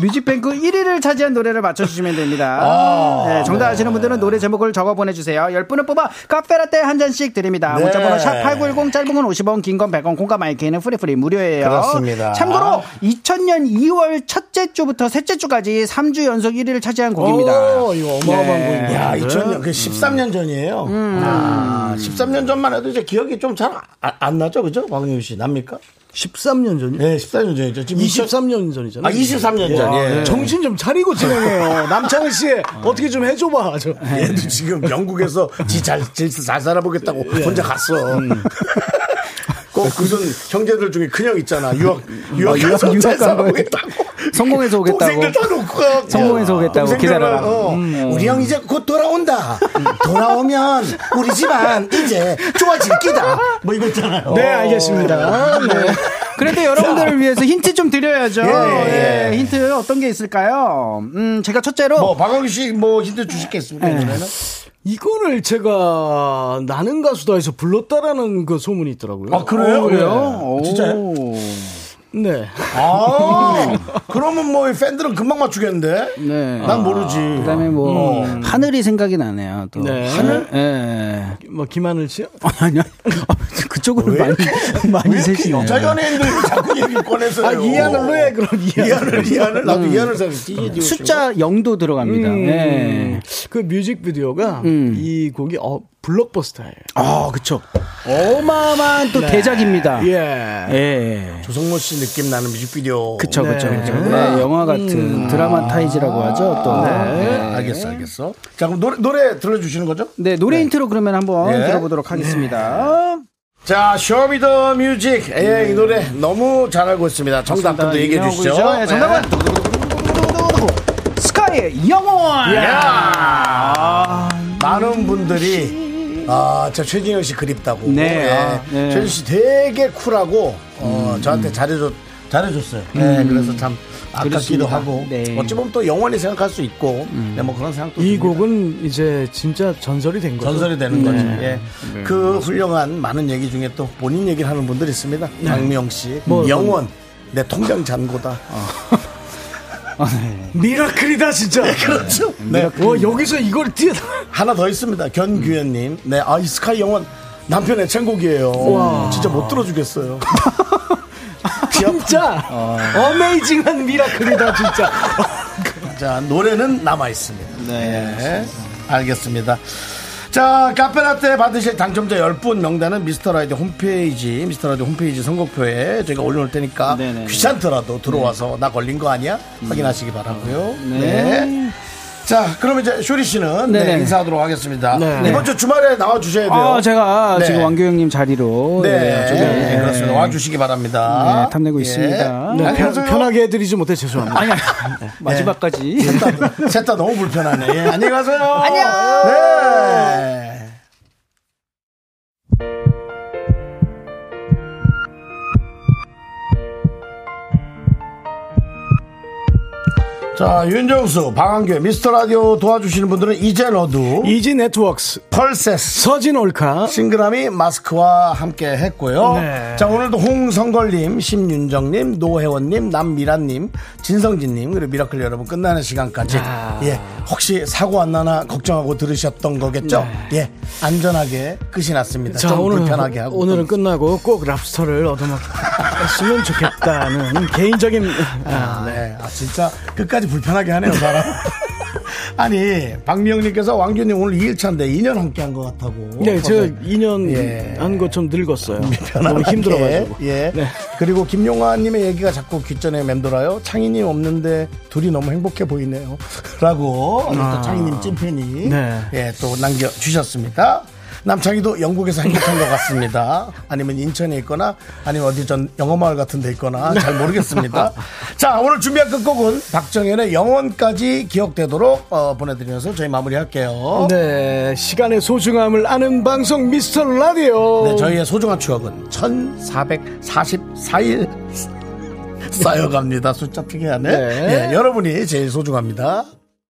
Speaker 10: 뮤직뱅크 1위를 차지한 노래를 맞춰주시면 됩니다. 네, 정답 아시는 분들은 노래 제목을 적어 보내주세요. 10분을 뽑아 카페라떼 한 잔씩 드립니다.
Speaker 2: 네.
Speaker 10: 문자번호 샵8910 짧은 건 50원, 긴 건 100원, 공감 마이크는 프리프리 무료예요.
Speaker 2: 그렇습니다.
Speaker 10: 참고로 2000년 2월 첫째 주부터 셋째 주까지 3주 연속 1위를 차지한 곡입니다.
Speaker 3: 오, 이거 어마어마한 곡인데.
Speaker 2: 야, 2000년, 그 13년 전이에요. 아, 13년 전만 해도 이제 기억이 좀 잘 안 나죠? 그죠? 왕윤 씨, 납니까?
Speaker 3: 13년 전이요?
Speaker 2: 네, 14년 전이죠. 지금
Speaker 3: 23년 전이잖아요.
Speaker 2: 아, 23년 전,
Speaker 3: 와,
Speaker 2: 예.
Speaker 3: 정신 좀 차리고 진행해요. 남창희 씨, 어떻게 좀 해줘봐. 저.
Speaker 2: 얘도 지금 영국에서 지 잘, 지, 잘 살아보겠다고
Speaker 10: 예.
Speaker 2: 혼자 갔어.
Speaker 10: 음.
Speaker 2: 꼭 무슨 형제들 중에 큰형 있잖아. 유학, 유학 가서
Speaker 10: 유학
Speaker 2: 잘
Speaker 10: 간
Speaker 2: 살아보겠다고.
Speaker 10: 성공해서 오겠다고.
Speaker 2: 동생들 다 놓고 가. 어.
Speaker 10: 성공해서 오겠다고 기다려라. 음, 어.
Speaker 2: 우리 형 이제 곧 돌아온다. 돌아오면 우리 집안 이제 좋아질 끼다. 뭐 이거 있잖아요. 어,
Speaker 3: 네, 알겠습니다.
Speaker 10: 네. 그래도 여러분들을 위해서 힌트 좀 드려야죠.
Speaker 2: 예, 예, 예.
Speaker 10: 예, 힌트 어떤 게 있을까요? 음, 제가 첫째로
Speaker 2: 뭐 박광규 씨뭐 힌트 주시겠습니까?
Speaker 10: 네.
Speaker 2: 이번에는?
Speaker 3: 이거를 제가 나는
Speaker 2: 아.
Speaker 10: 아,
Speaker 2: 어, 예.
Speaker 3: 가수다에서 불렀다라는 그 소문이 있더라고요.
Speaker 2: 그래요?
Speaker 10: 그래요?
Speaker 2: 진짜요?
Speaker 10: 오.
Speaker 3: 네.
Speaker 2: 아, 그러면 뭐이 팬들은 금방 맞추겠는데?
Speaker 10: 네.
Speaker 2: 난 모르지. 어.
Speaker 10: 그다음에 뭐 하늘이 생각이 나네요. 또
Speaker 3: 네.
Speaker 10: 하늘? 예.
Speaker 3: 뭐 김하늘 씨요?
Speaker 10: 아니 아니. 아, 그쪽으로 많이 많이
Speaker 2: 왜 이렇게
Speaker 10: 세시네요.
Speaker 2: 여자 연예인들 자꾸 얘기 꺼내서요?
Speaker 3: 아, 이하늘로 해, 그럼 이하늘.
Speaker 2: 이하늘, 이하늘. 나도
Speaker 10: 음.
Speaker 2: 이하늘 생각했지.
Speaker 10: 숫자 0도 들어갑니다.
Speaker 2: 음.
Speaker 10: 예.
Speaker 3: 음. 그 뮤직비디오가 이 곡이 어, 블록버스터예요.
Speaker 10: 아, 그쵸. 어마어마한
Speaker 2: 네.
Speaker 10: 또 대작입니다. 예.
Speaker 3: 예.
Speaker 2: 조성모 씨 느낌 나는 뮤직비디오.
Speaker 10: 그쵸, 그쵸, 그쵸. 네, 영화 같은 드라마타이즈라고 하죠, 또. 네.
Speaker 2: 음. 아. 네, 알겠어, 알겠어. 자, 그럼 노래, 노래 들려주시는 거죠?
Speaker 10: 네, 노래 인트로 그러면 한번
Speaker 2: 예.
Speaker 10: 들어보도록
Speaker 2: 네.
Speaker 10: 하겠습니다.
Speaker 2: 자, 쇼미더 뮤직. 예, 이 노래 너무 잘 알고 있습니다. 정답도 얘기해
Speaker 10: 유명한
Speaker 2: 주시죠.
Speaker 10: 곡이죠. 예, 정답은
Speaker 2: 네.
Speaker 10: 스카이의 영원!
Speaker 2: 야! 많은 분들이 아, 저 최진영 씨 그립다고. 예.
Speaker 10: 네, 아, 네.
Speaker 2: 최진 씨 되게 쿨하고 어, 저한테 잘해줬 잘해줬어요. 네, 그래서 참 아깝기도
Speaker 10: 그렇습니다.
Speaker 2: 하고
Speaker 10: 네.
Speaker 2: 어찌 보면 또 영원히 생각할 수 있고 네, 뭐 그런 생각도
Speaker 3: 이
Speaker 2: 듭니다.
Speaker 3: 곡은 이제 진짜 전설이 된 거죠.
Speaker 2: 전설이 되는 거죠. 예. 그 훌륭한 많은 얘기 중에 또 본인 얘기를 하는 분들 있습니다. 박미영 씨, 영원 내 통장 잔고다.
Speaker 3: 미라클이다 진짜.
Speaker 2: 그렇죠. 네.
Speaker 3: 와 여기서 이걸 뛰어.
Speaker 2: 하나 더 있습니다. 견규현님. 네, 아, 이 스카이 영원 남편 애창곡이에요. 진짜 못 들어주겠어요.
Speaker 3: 진짜 어메이징한 미라클이다 진짜. 어,
Speaker 2: 자, 노래는 남아있습니다. 네. 알겠습니다. 자, 카페라떼 받으실 당첨자 10분 명단은 미스터라이드 홈페이지, 미스터라이드 홈페이지 선곡표에 저희가 올려놓을 테니까
Speaker 10: 네네네.
Speaker 2: 귀찮더라도 들어와서 나 걸린 거 아니야? 확인하시기 바라고요 네. 자, 그러면 이제 쇼리 씨는 네,
Speaker 10: 네네.
Speaker 2: 인사하도록 하겠습니다.
Speaker 3: 네.
Speaker 2: 이번 주 주말에 나와 주셔야 돼요.
Speaker 10: 아, 제가
Speaker 2: 네.
Speaker 10: 지금 왕교영님 자리로.
Speaker 2: 네,
Speaker 10: 예, 저기,
Speaker 2: 네, 그렇습니다. 와주시기 바랍니다.
Speaker 10: 네, 탐내고 있습니다.
Speaker 2: 네.
Speaker 10: 네,
Speaker 3: 편,
Speaker 2: 안녕하세요.
Speaker 3: 편하게 해드리지 못해 죄송합니다.
Speaker 10: 아니, 아니.
Speaker 2: 네.
Speaker 10: 마지막까지.
Speaker 2: 셋 다 너무 불편하네. 예, 안녕히 가세요. 안녕. 네. 자, 윤정수, 방한규, 미스터 라디오 도와주시는 분들은 이제 너도
Speaker 3: 이지 네트워크스
Speaker 2: 펄세스
Speaker 3: 서진 올카
Speaker 2: 싱그라미 마스크와 함께 했고요.
Speaker 3: 네.
Speaker 2: 자, 오늘도 홍성걸님, 심윤정님, 노혜원님, 남미란님, 진성진님, 그리고 미라클 여러분 끝나는 시간까지.
Speaker 3: 아.
Speaker 2: 예. 혹시 사고 안 나나 걱정하고 들으셨던 거겠죠?
Speaker 3: 네.
Speaker 2: 예. 안전하게 끝이 났습니다.
Speaker 3: 자,
Speaker 2: 좀
Speaker 3: 오늘,
Speaker 2: 불편하게 하고.
Speaker 3: 오늘은 끝나고 꼭 랍스터를 얻어먹으면 좋겠다는 개인적인
Speaker 2: 아, 네. 아, 진짜 끝까지 불편하게 하네요, 사람. 아니, 박미영님께서 왕규님 오늘 2일차인데 2년 함께 한 것 같다고.
Speaker 3: 네, 제가
Speaker 2: 그래서
Speaker 3: 2년
Speaker 2: 뭐, 예.
Speaker 3: 한 것처럼 늙었어요. 너무
Speaker 2: 편안하게.
Speaker 3: 힘들어가지고. 네.
Speaker 2: 예. 그리고 김용화님의 얘기가 자꾸 귓전에 맴돌아요. 창희님 없는데 둘이 너무 행복해 보이네요. 라고 어느 또 창희님 찐팬이
Speaker 3: 아. 네.
Speaker 2: 예, 또 남겨주셨습니다. 남창희도 영국에서 행복한 것 같습니다. 아니면 인천에 있거나 아니면 어디 전 영어마을 같은 데 있거나 잘 모르겠습니다. 자 오늘 준비한 끝곡은 박정현의 영원까지 기억되도록 어, 보내드리면서 저희 마무리할게요.
Speaker 3: 네, 시간의 소중함을 아는 방송 미스터 라디오.
Speaker 2: 네, 저희의 소중한 추억은 1444일 쌓여갑니다. 숫자 특이하네.
Speaker 3: 네.
Speaker 2: 예, 여러분이 제일 소중합니다.